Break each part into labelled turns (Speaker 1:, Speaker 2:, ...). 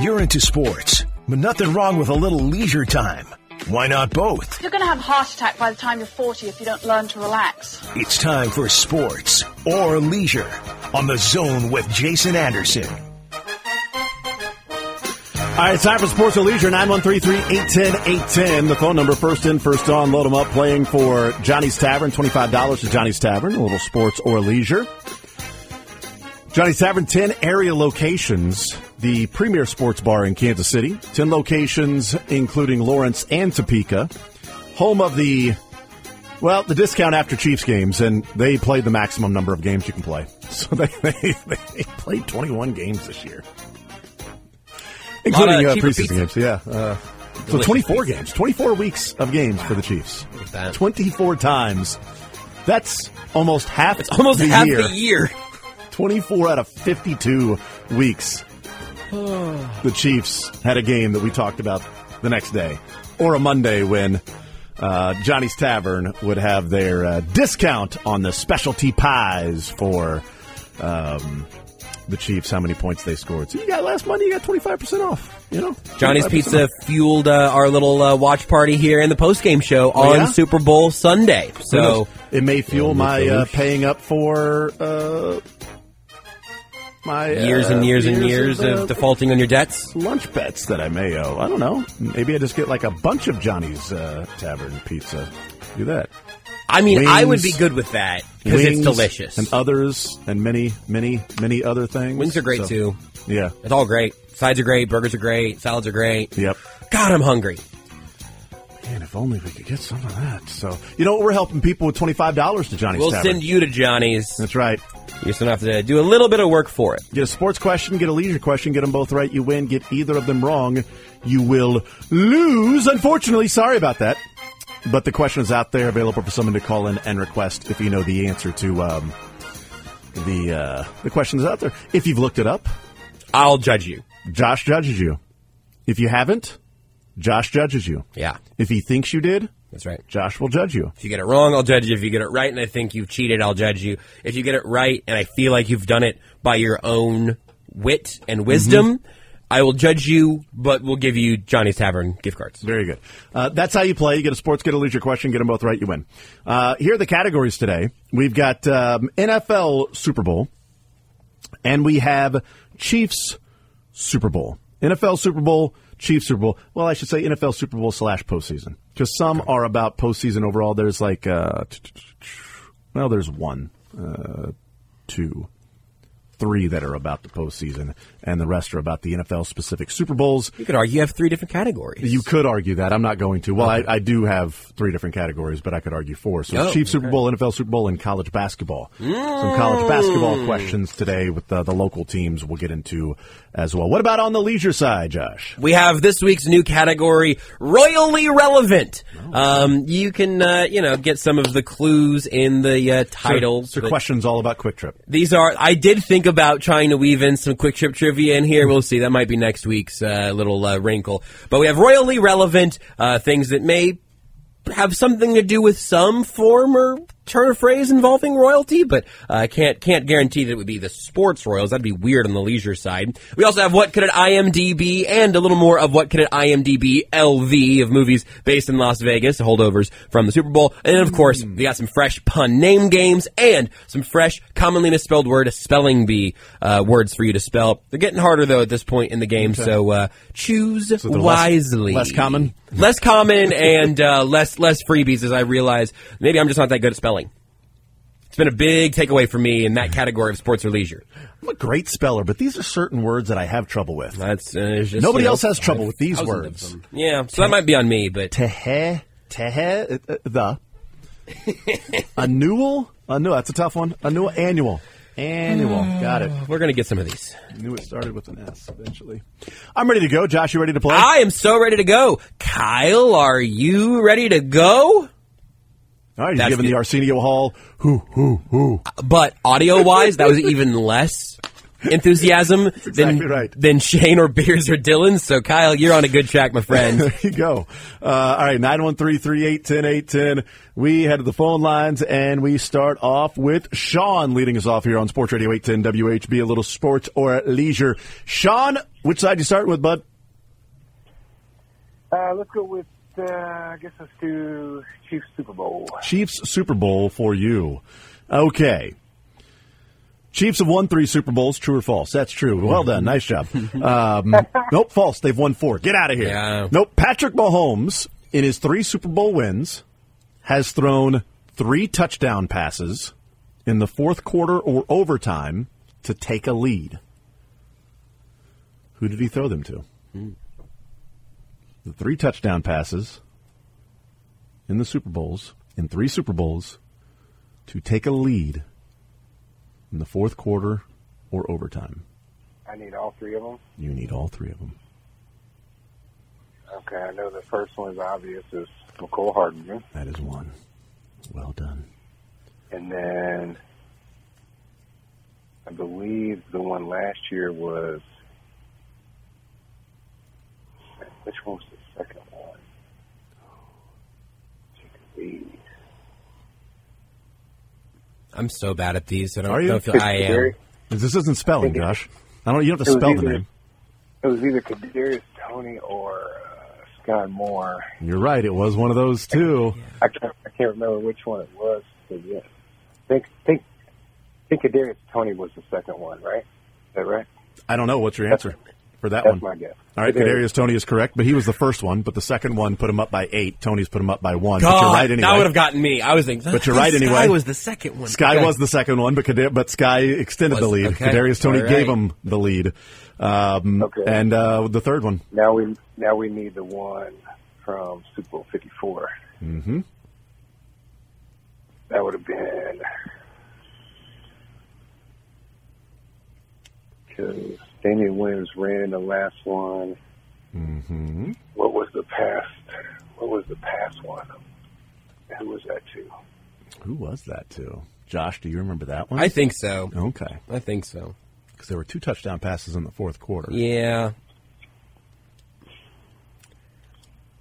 Speaker 1: You're into sports, but nothing wrong with a little leisure time. Why not both?
Speaker 2: You're going to have a heart attack by the time you're 40 if you don't learn to relax.
Speaker 1: It's time for sports or leisure on the zone with Jason Anderson.
Speaker 3: All right, it's time for Sports or Leisure, 913-310-810. The phone number, first in, first on, load them up, playing for Johnny's Tavern, $25 to Johnny's Tavern, a little sports or leisure. Johnny's Tavern, 10 area locations, the premier sports bar in Kansas City. 10 locations, including Lawrence and Topeka. Home of the, well, the discount after Chiefs games, and they played the maximum number of games you can play. So they, they, they played 21 games this year including
Speaker 4: Lot
Speaker 3: uh,
Speaker 4: of cheaper
Speaker 3: preseason
Speaker 4: pizza.
Speaker 3: games. Yeah. Uh, so
Speaker 4: Delicious
Speaker 3: 24
Speaker 4: pizza.
Speaker 3: games, 24 weeks of games for the Chiefs.
Speaker 4: Look at that.
Speaker 3: 24 times. That's almost half. It's
Speaker 4: Almost
Speaker 3: the
Speaker 4: half
Speaker 3: year.
Speaker 4: the year.
Speaker 3: 24 out of 52 weeks. the Chiefs had a game that we talked about the next day, or a Monday when uh, Johnny's Tavern would have their uh, discount on the specialty pies for um, the Chiefs. How many points they scored? So you got last Monday, you got 25 percent off. You know,
Speaker 4: Johnny's
Speaker 3: 25%
Speaker 4: Pizza
Speaker 3: off.
Speaker 4: fueled uh, our little uh, watch party here and the post game show on
Speaker 3: Oh, yeah?
Speaker 4: Super Bowl Sunday. So
Speaker 3: it may fuel my uh,
Speaker 4: Duluth.
Speaker 3: paying up for uh, my
Speaker 4: years
Speaker 3: uh,
Speaker 4: and years and years
Speaker 3: uh,
Speaker 4: of defaulting on your debts.
Speaker 3: lunch bets that I may owe. I don't know. Maybe I just get like a bunch of Johnny's uh, Tavern pizza. Do that.
Speaker 4: I mean, I
Speaker 3: Wings.
Speaker 4: would be good with that because it's
Speaker 3: Wings
Speaker 4: delicious. Uh,
Speaker 3: And others and many, many, many other things.
Speaker 4: Wings are great
Speaker 3: So-
Speaker 4: too.
Speaker 3: Yeah.
Speaker 4: It's all great. Sides are great. Burgers are great. Salads are great.
Speaker 3: Yep.
Speaker 4: God, I'm hungry.
Speaker 3: Man, if only we could get some of that. So, you know what? We're helping people with $25 to Johnny's
Speaker 4: We'll
Speaker 3: Tavern.
Speaker 4: send you to Johnny's.
Speaker 3: That's right.
Speaker 4: You're just gonna have to do a little bit of work for it.
Speaker 3: Get a sports question, get a leisure question, get them both right, you win. Get either of them wrong, you will lose. Unfortunately, sorry about that. But the question is out there, available for someone to call in and request if you know the answer to um, the uh, the questions out there. If you've looked it up,
Speaker 4: I'll judge you.
Speaker 3: Josh judges you. If you haven't, Josh judges you.
Speaker 4: Yeah,
Speaker 3: If he thinks you did,
Speaker 4: that's right.
Speaker 3: Josh will judge you.
Speaker 4: If you get it wrong, I'll judge you. If you get it right and I think you've cheated, I'll judge you. If you get it right and I feel like you've done it by your own wit and wisdom,
Speaker 3: Mm-hmm.
Speaker 4: I will judge you, but we'll give you Johnny's Tavern gift cards.
Speaker 3: Very good. Uh, that's how you play. You get a sports, get a leisure question, get them both right, you win. Uh, here are the categories today. We've got um, NFL Super Bowl, and we have Chiefs Super Bowl. NFL Super Bowl, Chiefs Super Bowl. Well, I should say NFL Super Bowl slash postseason, because some are about postseason overall. There's like, uh, t- t- t- well, there's one, uh, two, three that are about the postseason, and the rest are about the NFL specific Super Bowls.
Speaker 4: You could argue you have three different categories.
Speaker 3: You could argue that. I'm not going to. Well, I, I do have three different categories, but I could argue four. So,
Speaker 4: Oh,
Speaker 3: Chiefs Super Bowl, NFL Super Bowl, and college basketball. Some
Speaker 4: Mm.
Speaker 3: college basketball questions today with the, the local teams we'll get into as well. What about on the leisure side, Josh?
Speaker 4: We have this week's new category, royally relevant.
Speaker 3: Oh.
Speaker 4: Um, you can, uh, you know, get some of the clues in the uh, titles.
Speaker 3: So,
Speaker 4: but
Speaker 3: questions all about Quick Trip.
Speaker 4: These are. I did think about trying to weave in some quick trip trivia in here. We'll see. That might be next week's uh, little uh, wrinkle. But we have royally relevant uh, things that may have something to do with some form or turn of phrase involving royalty, but I uh, can't can't guarantee that it would be the sports royals. That'd be weird on the leisure side. We also have what could it IMDb and a little more of what could it IMDb LV of movies based in Las Vegas, holdovers from the Super Bowl, and then, of course
Speaker 3: Hmm.
Speaker 4: we got some fresh pun name games and some fresh commonly misspelled word spelling bee uh, words for you to spell. They're getting harder though at this point in the game, so uh, choose
Speaker 3: they're less-
Speaker 4: wisely.
Speaker 3: less common?
Speaker 4: less common and uh, less less freebies as I realize maybe I'm just not that good at spelling. It's been a big takeaway for me in that category of sports or leisure.
Speaker 3: I'm a great speller, but these are certain words that I have trouble with.
Speaker 4: That's uh, it's just,
Speaker 3: Nobody
Speaker 4: you know,
Speaker 3: else has trouble with these
Speaker 4: thousands of
Speaker 3: words.
Speaker 4: them. Yeah, so that might be on me, but
Speaker 3: Tehe, tehe, uh, uh, the. Annual? Annual. That's a tough one. Annual. Annual. Annual. Got it.
Speaker 4: we're gonna get some of these.
Speaker 3: knew it started with an S eventually. I'm ready to go. Josh, you ready to play?
Speaker 4: I am so ready to go. Kyle, are you ready to go?
Speaker 3: All right, he's
Speaker 4: That's
Speaker 3: giving the
Speaker 4: good.
Speaker 3: Arsenio Hall. Who, who, who?
Speaker 4: But audio wise, that was even less. enthusiasm than
Speaker 3: exactly right.
Speaker 4: than Shane or Beers or Dylan. So Kyle, you're on a good track, my friend.
Speaker 3: There you go. Uh, all right, 913 310 810. We head to the phone lines and we start off with Sean leading us off here on Sports Radio 810 WHB, a little sports or leisure. Sean, which side you starting with, bud?
Speaker 5: Uh, let's go with, uh, I guess let's do Chiefs Super Bowl.
Speaker 3: Chiefs Super Bowl for you. Okay. Chiefs have won three Super Bowls, true or false? That's true. Well done. Nice job. Um, nope, false. They've won four. Get out of here.
Speaker 4: Yeah.
Speaker 3: Nope. Patrick Mahomes, in his three Super Bowl wins, has thrown three touchdown passes in the fourth quarter or overtime to take a lead. Who did he throw them to? The three touchdown passes in the Super Bowls, in three Super Bowls, to take a lead in the fourth quarter or overtime.
Speaker 5: I need all three of them.
Speaker 3: You need all three of them.
Speaker 5: Okay, I know the first one is obvious is McCole Hardman,
Speaker 3: That is one. Well done.
Speaker 5: and then I believe the one last year was which one was the second one? Take a lead.
Speaker 4: I'm so bad at these. I don't,
Speaker 3: Are you?
Speaker 4: don't feel I am.
Speaker 5: Kadarius-
Speaker 3: This isn't spelling, Josh. I don't. You don't have to
Speaker 5: It was
Speaker 3: spell the
Speaker 5: either-
Speaker 3: name.
Speaker 5: It was either Kadarius Tony or uh, Scott Moore.
Speaker 3: You're right. It was one of those two.
Speaker 5: I can't, I can't remember which one it was. But yeah. think think think Kadarius Tony was the second one, right? Is that right?
Speaker 3: I don't know. What's your answer for that
Speaker 5: That's my
Speaker 3: one?
Speaker 5: guess.
Speaker 3: All right,
Speaker 5: Kadarius.
Speaker 3: Kadarius Tony is correct, but he was the first one. But the second one put him up by eight. Tony's put him up by one. but you're
Speaker 4: God,
Speaker 3: right anyway.
Speaker 4: That would have gotten me. I was thinking,
Speaker 3: But you're right
Speaker 4: Sky
Speaker 3: anyway.
Speaker 4: was the second one.
Speaker 3: Sky
Speaker 4: Okay.
Speaker 3: was the second one, but Kada- but Sky extended
Speaker 4: Was-
Speaker 3: the lead.
Speaker 4: okay.
Speaker 3: Kadarius Tony
Speaker 4: All right.
Speaker 3: gave him the lead, um,
Speaker 5: Okay.
Speaker 3: and uh, the third one.
Speaker 5: Now we now we need the one from Super Bowl Fifty Four. Mm-hmm. That would have been because Damian Williams ran in the last one. Mm-hmm.
Speaker 3: Mm-hmm.
Speaker 5: What was the past? What was the past one? Who was that to?
Speaker 3: Who was that to? Josh, do you remember that one?
Speaker 4: I think so.
Speaker 3: okay,
Speaker 4: I think so.
Speaker 3: because there were two touchdown passes in the fourth quarter.
Speaker 4: Yeah.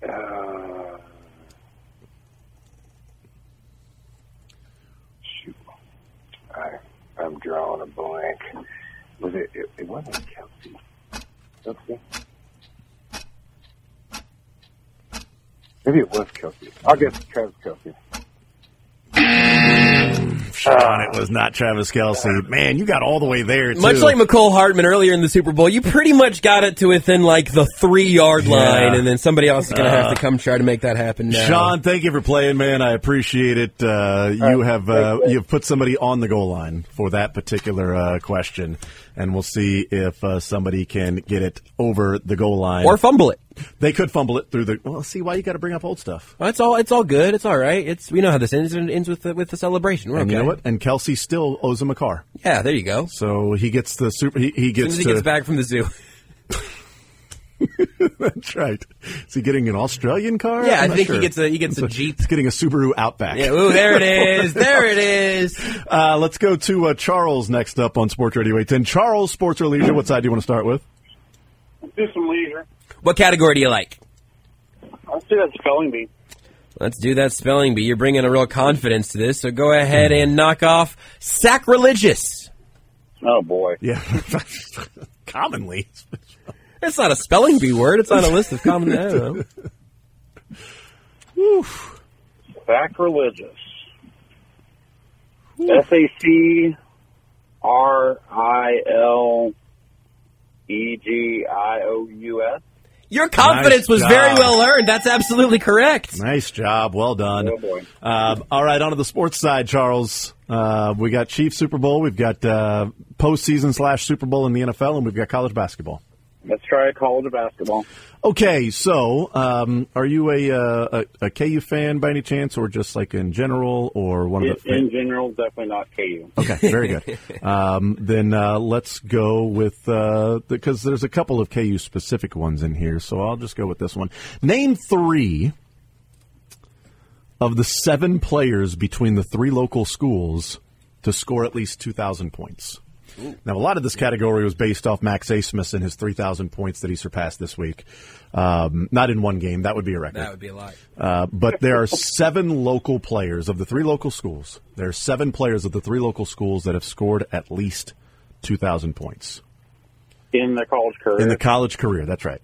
Speaker 5: Uh, shoot, I I'm drawing a blank. Was it? It, it wasn't Kelsey. Kelsey. Maybe it was Kelsey. I'll guess Travis Kelsey.
Speaker 3: Sean, it was not Travis Kelsey. Man, you got all the way there. Too.
Speaker 4: Much like McCole Hartman earlier in the Super Bowl, you pretty much got it to within like the three yard line,
Speaker 3: Yeah.
Speaker 4: and then somebody else is going to have to come try to make that happen now.
Speaker 3: Sean, thank you for playing, man. I appreciate it. Uh, you have uh, you've put somebody on the goal line for that particular uh, question, and we'll see if uh, somebody can get it over the goal line.
Speaker 4: or fumble it.
Speaker 3: They could fumble it through the. Well, see why you got to bring up old stuff.
Speaker 4: Well, it's all it's all good. It's all right. It's we know how this ends. It ends with the, with the celebration. We're
Speaker 3: And
Speaker 4: okay.
Speaker 3: you know what? And Kelsey still owes him a car,
Speaker 4: Yeah, there you go. As
Speaker 3: so he gets the super. He, he
Speaker 4: soon
Speaker 3: gets.
Speaker 4: as he
Speaker 3: to-
Speaker 4: gets back from the zoo.
Speaker 3: That's right. Is he getting an Australian car?
Speaker 4: Yeah, I
Speaker 3: I'm not
Speaker 4: think he
Speaker 3: sure.
Speaker 4: gets a- he gets a
Speaker 3: So
Speaker 4: Jeep.
Speaker 3: He's getting a Subaru Outback.
Speaker 4: Yeah, ooh, there it is. There it is.
Speaker 3: Uh, let's go to uh, Charles next up on Sports Radio 810. Charles, sports or leisure? What side do you want to start with?
Speaker 6: do some leisure.
Speaker 4: What category do you like?
Speaker 6: I'll do that spelling bee.
Speaker 4: Let's do that spelling bee. You're bringing a real confidence to this, so go ahead and knock off sacrilegious.
Speaker 6: Oh boy.
Speaker 3: Yeah, commonly.
Speaker 4: It's not a spelling bee word. It's on a list of common. I don't know.
Speaker 6: Sacrilegious.
Speaker 3: Hmm.
Speaker 6: S A C R I L E G I O U S.
Speaker 4: Your
Speaker 3: Nice
Speaker 4: confidence was
Speaker 3: job.
Speaker 4: very well earned. That's absolutely correct.
Speaker 3: Nice job. Well done.
Speaker 6: Oh, boy.
Speaker 3: Um, all right, on to the sports side, Charles. Uh, we got Chiefs Super Bowl. We've got uh, postseason slash Super Bowl in the NFL, and we've got college basketball.
Speaker 6: Let's try college basketball.
Speaker 3: Okay, so um, are you a, uh, a a KU fan by any chance, or just like in general, or one
Speaker 6: In,
Speaker 3: of the?
Speaker 6: in general, definitely not KU.
Speaker 3: Okay, very good. Um, then uh, let's go with uh, because there's a couple of KU specific ones in here, so I'll just go with this one. Name three of the seven players between the three local schools to score at least two thousand points. Now, a lot of this category was based off Max Asmus and his 3,000 points that he surpassed this week. Um, not in one game. That would be a record.
Speaker 4: That would be a lot.
Speaker 3: Uh, but there are seven local players of the three local schools. There are seven players of the three local schools that have scored at least 2,000 points
Speaker 6: in the college career.
Speaker 3: in the college career. That's right.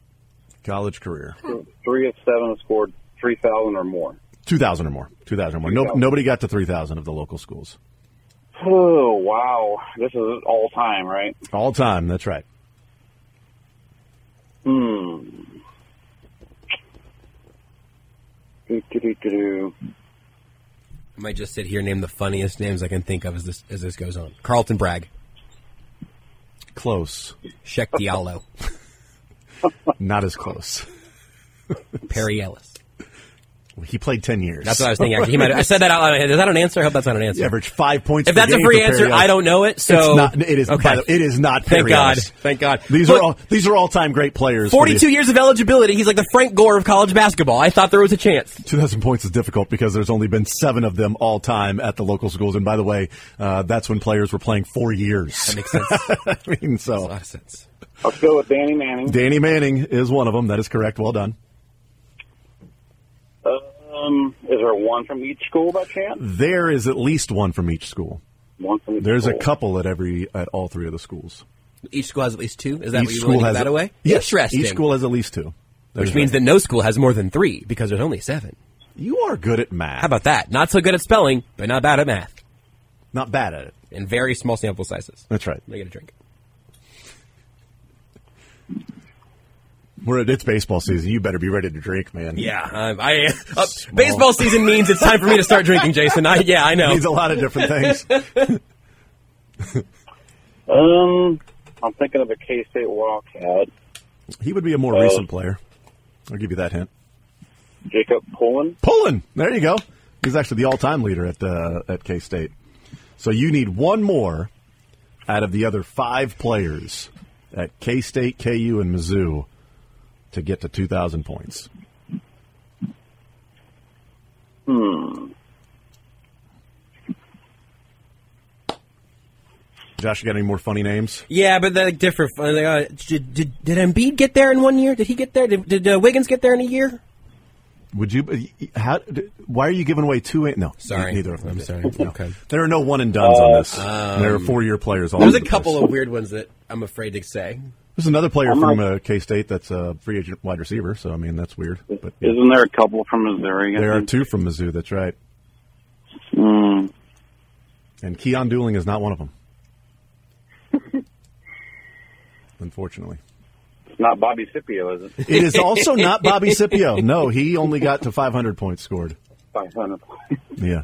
Speaker 3: College career.
Speaker 6: three of seven have scored three thousand or more.
Speaker 3: 2,000 or more. 2,000 or more. No,
Speaker 6: 3,000.
Speaker 3: nobody got to 3,000 of the local schools.
Speaker 6: Oh wow, this is all time, right?
Speaker 3: All time. That's right.
Speaker 6: Do, do, do, do, do.
Speaker 4: I might just sit here and name the funniest names I can think of as this as this goes on. Carlton Bragg,
Speaker 3: Close.
Speaker 4: Sheck Diallo,
Speaker 3: Not as close.
Speaker 4: Perry Ellis.
Speaker 3: He played 10 years.
Speaker 4: That's what I was thinking. Actually, he might have, I said that out loud. in my head. Is that an answer? I hope that's not an answer.
Speaker 3: He averaged five points.
Speaker 4: if
Speaker 3: per
Speaker 4: that's a
Speaker 3: game
Speaker 4: free
Speaker 3: for
Speaker 4: answer,
Speaker 3: Perry
Speaker 4: I
Speaker 3: Ellis.
Speaker 4: don't know it. So
Speaker 3: it's not. It is. by
Speaker 4: Okay.
Speaker 3: the- it is not.
Speaker 4: Thank
Speaker 3: Perry
Speaker 4: God.
Speaker 3: Ellis.
Speaker 4: Thank God.
Speaker 3: These
Speaker 4: Look,
Speaker 3: are all. These are all time great players. for the-
Speaker 4: Forty-two years of eligibility. He's like the Frank Gore of college basketball. I thought there was a chance.
Speaker 3: 2,000 points is difficult because there's only been seven of them all time at the local schools. And by the way, uh, that's when players were playing four years.
Speaker 4: Makes sense.
Speaker 3: I mean, so
Speaker 4: of sense.
Speaker 6: Let's go with Danny Manning.
Speaker 3: Danny Manning is one of them. That is correct. Well done.
Speaker 6: Um, is there one from each school by chance?
Speaker 3: There is at least one from each school.
Speaker 6: One from each
Speaker 3: There's a
Speaker 4: Oh.
Speaker 6: school.
Speaker 3: couple at every at all three of the schools.
Speaker 4: Each school has at least two. Is that
Speaker 3: each
Speaker 4: what you're
Speaker 3: school
Speaker 4: willing to
Speaker 3: has
Speaker 4: give that
Speaker 3: a-
Speaker 4: away?
Speaker 3: Yes,
Speaker 4: Interesting.
Speaker 3: Each school has at least two. That
Speaker 4: which
Speaker 3: is
Speaker 4: means
Speaker 3: right.
Speaker 4: that no school has more than three because there's only seven.
Speaker 3: you are good at math.
Speaker 4: How about that? Not so good at spelling, but not bad at math.
Speaker 3: not bad at it?
Speaker 4: In very small sample sizes.
Speaker 3: That's right.
Speaker 4: Let me get a drink.
Speaker 3: We're it's baseball season. You better be ready to drink, man.
Speaker 4: Yeah, um, I. Uh, baseball season means it's time for me to start drinking, Jason. I, yeah, I know.
Speaker 3: means a lot of different things.
Speaker 6: Um, I'm thinking of a K-State Wildcat,
Speaker 3: he would be a more
Speaker 4: Oh.
Speaker 3: recent player. I'll give you that hint.
Speaker 6: Jacob Pullen.
Speaker 3: Pullen. There you go. He's actually the all-time leader at uh, at K State. So you need one more out of the other five players at K State, KU, and Mizzou to get to two thousand points. Hmm. Josh, you got any more funny names?
Speaker 4: Yeah, but they're like, different. Uh, they, uh, did, did, did Embiid get there in one year? Did he get there? Did, did uh, Wiggins get there in a year?
Speaker 3: Would you? uh, How? Why are you giving away two? No,
Speaker 4: Sorry.
Speaker 3: neither of them.
Speaker 4: I'm
Speaker 3: did.
Speaker 4: sorry.
Speaker 3: No.
Speaker 4: Okay. Um,
Speaker 3: There are no one and duns on this. there are four-year players. All
Speaker 4: There's a
Speaker 3: over the place.
Speaker 4: couple of weird ones that I'm afraid to say.
Speaker 3: There's another player
Speaker 6: I'm
Speaker 3: from
Speaker 6: not-
Speaker 3: uh, K State that's a free agent wide receiver. So I mean, that's weird. But yeah.
Speaker 6: Isn't there a couple from Missouri? I
Speaker 3: there are
Speaker 6: think?
Speaker 3: two from Mizzou. That's right.
Speaker 6: Mm,
Speaker 3: And Keon Dueling is not one of them. Unfortunately,
Speaker 6: it's not Bobby Scipio, is it?
Speaker 3: it is also not Bobby Scipio. No, he only got to 500 points scored.
Speaker 6: 500.
Speaker 3: Yeah,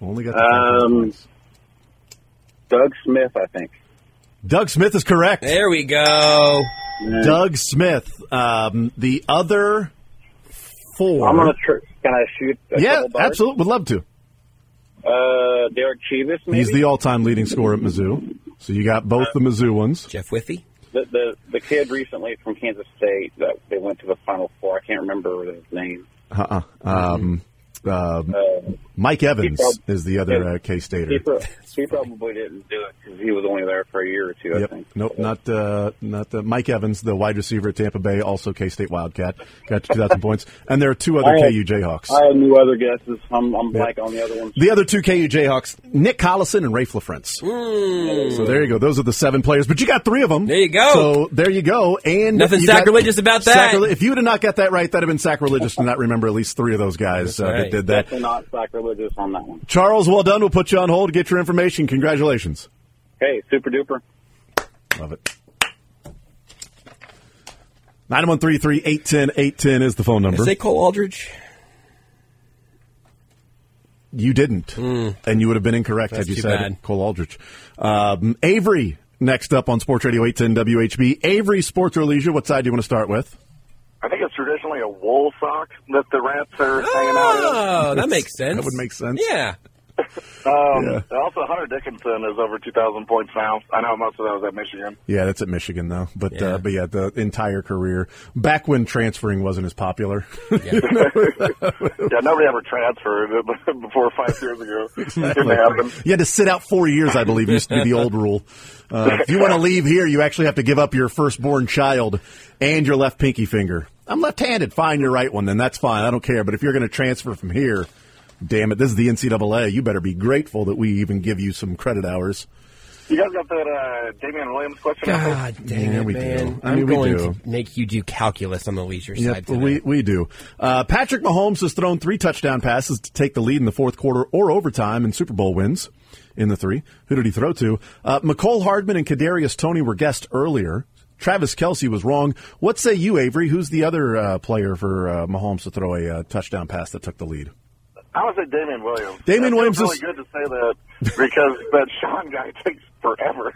Speaker 3: only got to 500
Speaker 6: Um,
Speaker 3: points.
Speaker 6: Doug Smith, I think.
Speaker 3: Doug Smith is correct.
Speaker 4: There we go.
Speaker 3: Doug Smith. Um, the other 4
Speaker 6: I'm gonna. Tr- can I shoot? A
Speaker 3: Uh-huh. yeah,
Speaker 6: couple darts?
Speaker 3: absolutely. Would love to.
Speaker 6: Uh, Derek Chivas, maybe.
Speaker 3: He's the all-time leading scorer at Mizzou. So you got both the Mizzou ones.
Speaker 4: Jeff Withey.
Speaker 6: the, the the kid recently from Kansas State that they went to the Final Four. I can't remember his name.
Speaker 3: Uh-uh. Um, um,
Speaker 6: Uh,
Speaker 3: Mike Evans
Speaker 6: He prob-
Speaker 3: is the other uh, K-Stater.
Speaker 6: he, pro- he probably didn't do it because he was only there for a year or two. I
Speaker 3: Yep.
Speaker 6: think.
Speaker 3: Nope. Not uh, not the Mike Evans, the wide receiver at Tampa Bay, also K-State Wildcat, got 2,000 points. And there are two other
Speaker 6: I-
Speaker 3: KU Jayhawks.
Speaker 6: I have no other guesses. I'm I'm blank on the other ones.
Speaker 3: the other two KU Jayhawks, Nick Collison and Rafe LaFrance. So there you go. Those are the seven players, but you got three of them.
Speaker 4: Mm. There you go.
Speaker 3: So there you go. And
Speaker 4: Nothing
Speaker 3: you got-
Speaker 4: sacrilegious about that.
Speaker 3: Sacrile- if you'd have not got that right, that'd have been sacrilegious to not remember at least three of those guys uh, that
Speaker 4: right.
Speaker 3: did that.
Speaker 6: Definitely not sacrilegious on that one.
Speaker 3: Charles, well done. We'll put you on hold. Get your information. Congratulations.
Speaker 6: Hey, super duper.
Speaker 3: Love it. 913-3810-810 is the phone number.
Speaker 4: Say Cole Aldridge.
Speaker 3: You didn't. And you would have been incorrect
Speaker 4: Hmm. That's
Speaker 3: had you
Speaker 4: too
Speaker 3: said
Speaker 4: bad.
Speaker 3: Cole Aldrich. Um, Avery, next up on Sports Radio 810 WHB. Avery, Sports or Leisure, what side do you want to start with?
Speaker 7: I think it's traditionally a wool sock that the rats are hanging out in.
Speaker 3: Ah!
Speaker 4: Oh, that makes sense.
Speaker 3: That would make sense.
Speaker 4: Yeah.
Speaker 7: Um,
Speaker 3: Yeah.
Speaker 7: Also, Hunter Dickinson is over 2,000 points now. I know most of that was at Michigan.
Speaker 3: Yeah, that's at Michigan though. But
Speaker 4: Yeah.
Speaker 3: Uh, but yeah, the entire career back when transferring wasn't as popular.
Speaker 7: Yeah, nobody ever transferred before five years ago. Didn't happen.
Speaker 3: you had to sit out four years, I believe, used to be the old rule. Uh, if you want to leave here, you actually have to give up your firstborn child and your left pinky finger. I'm left-handed. Fine, your right one. Then that's fine. I don't care. But if you're going to transfer from here, damn it, this is the NCAA. You better be grateful that we even give you some credit hours.
Speaker 7: You guys got that uh, Damian Williams question? out there?
Speaker 4: God dang
Speaker 3: Yeah,
Speaker 4: it,
Speaker 3: we do.
Speaker 4: man!
Speaker 3: I mean,
Speaker 4: I'm
Speaker 3: we
Speaker 4: going
Speaker 3: do.
Speaker 4: to make you do calculus on the leisure side today.
Speaker 3: we, we do. Uh, Patrick Mahomes has thrown three touchdown passes to take the lead in the fourth quarter or overtime in Super Bowl wins in the three. Who did he throw to? Uh, McCole Hardman and Kadarius Tony were guessed earlier. Travis Kelsey was wrong. What say you, Avery? Who's the other uh, player for uh, Mahomes to throw a uh, touchdown pass that took the lead?
Speaker 7: I would say Damian Williams.
Speaker 3: Damian
Speaker 7: It feels
Speaker 3: Williams
Speaker 7: really
Speaker 3: is-
Speaker 7: good to say that because that Sean guy takes forever.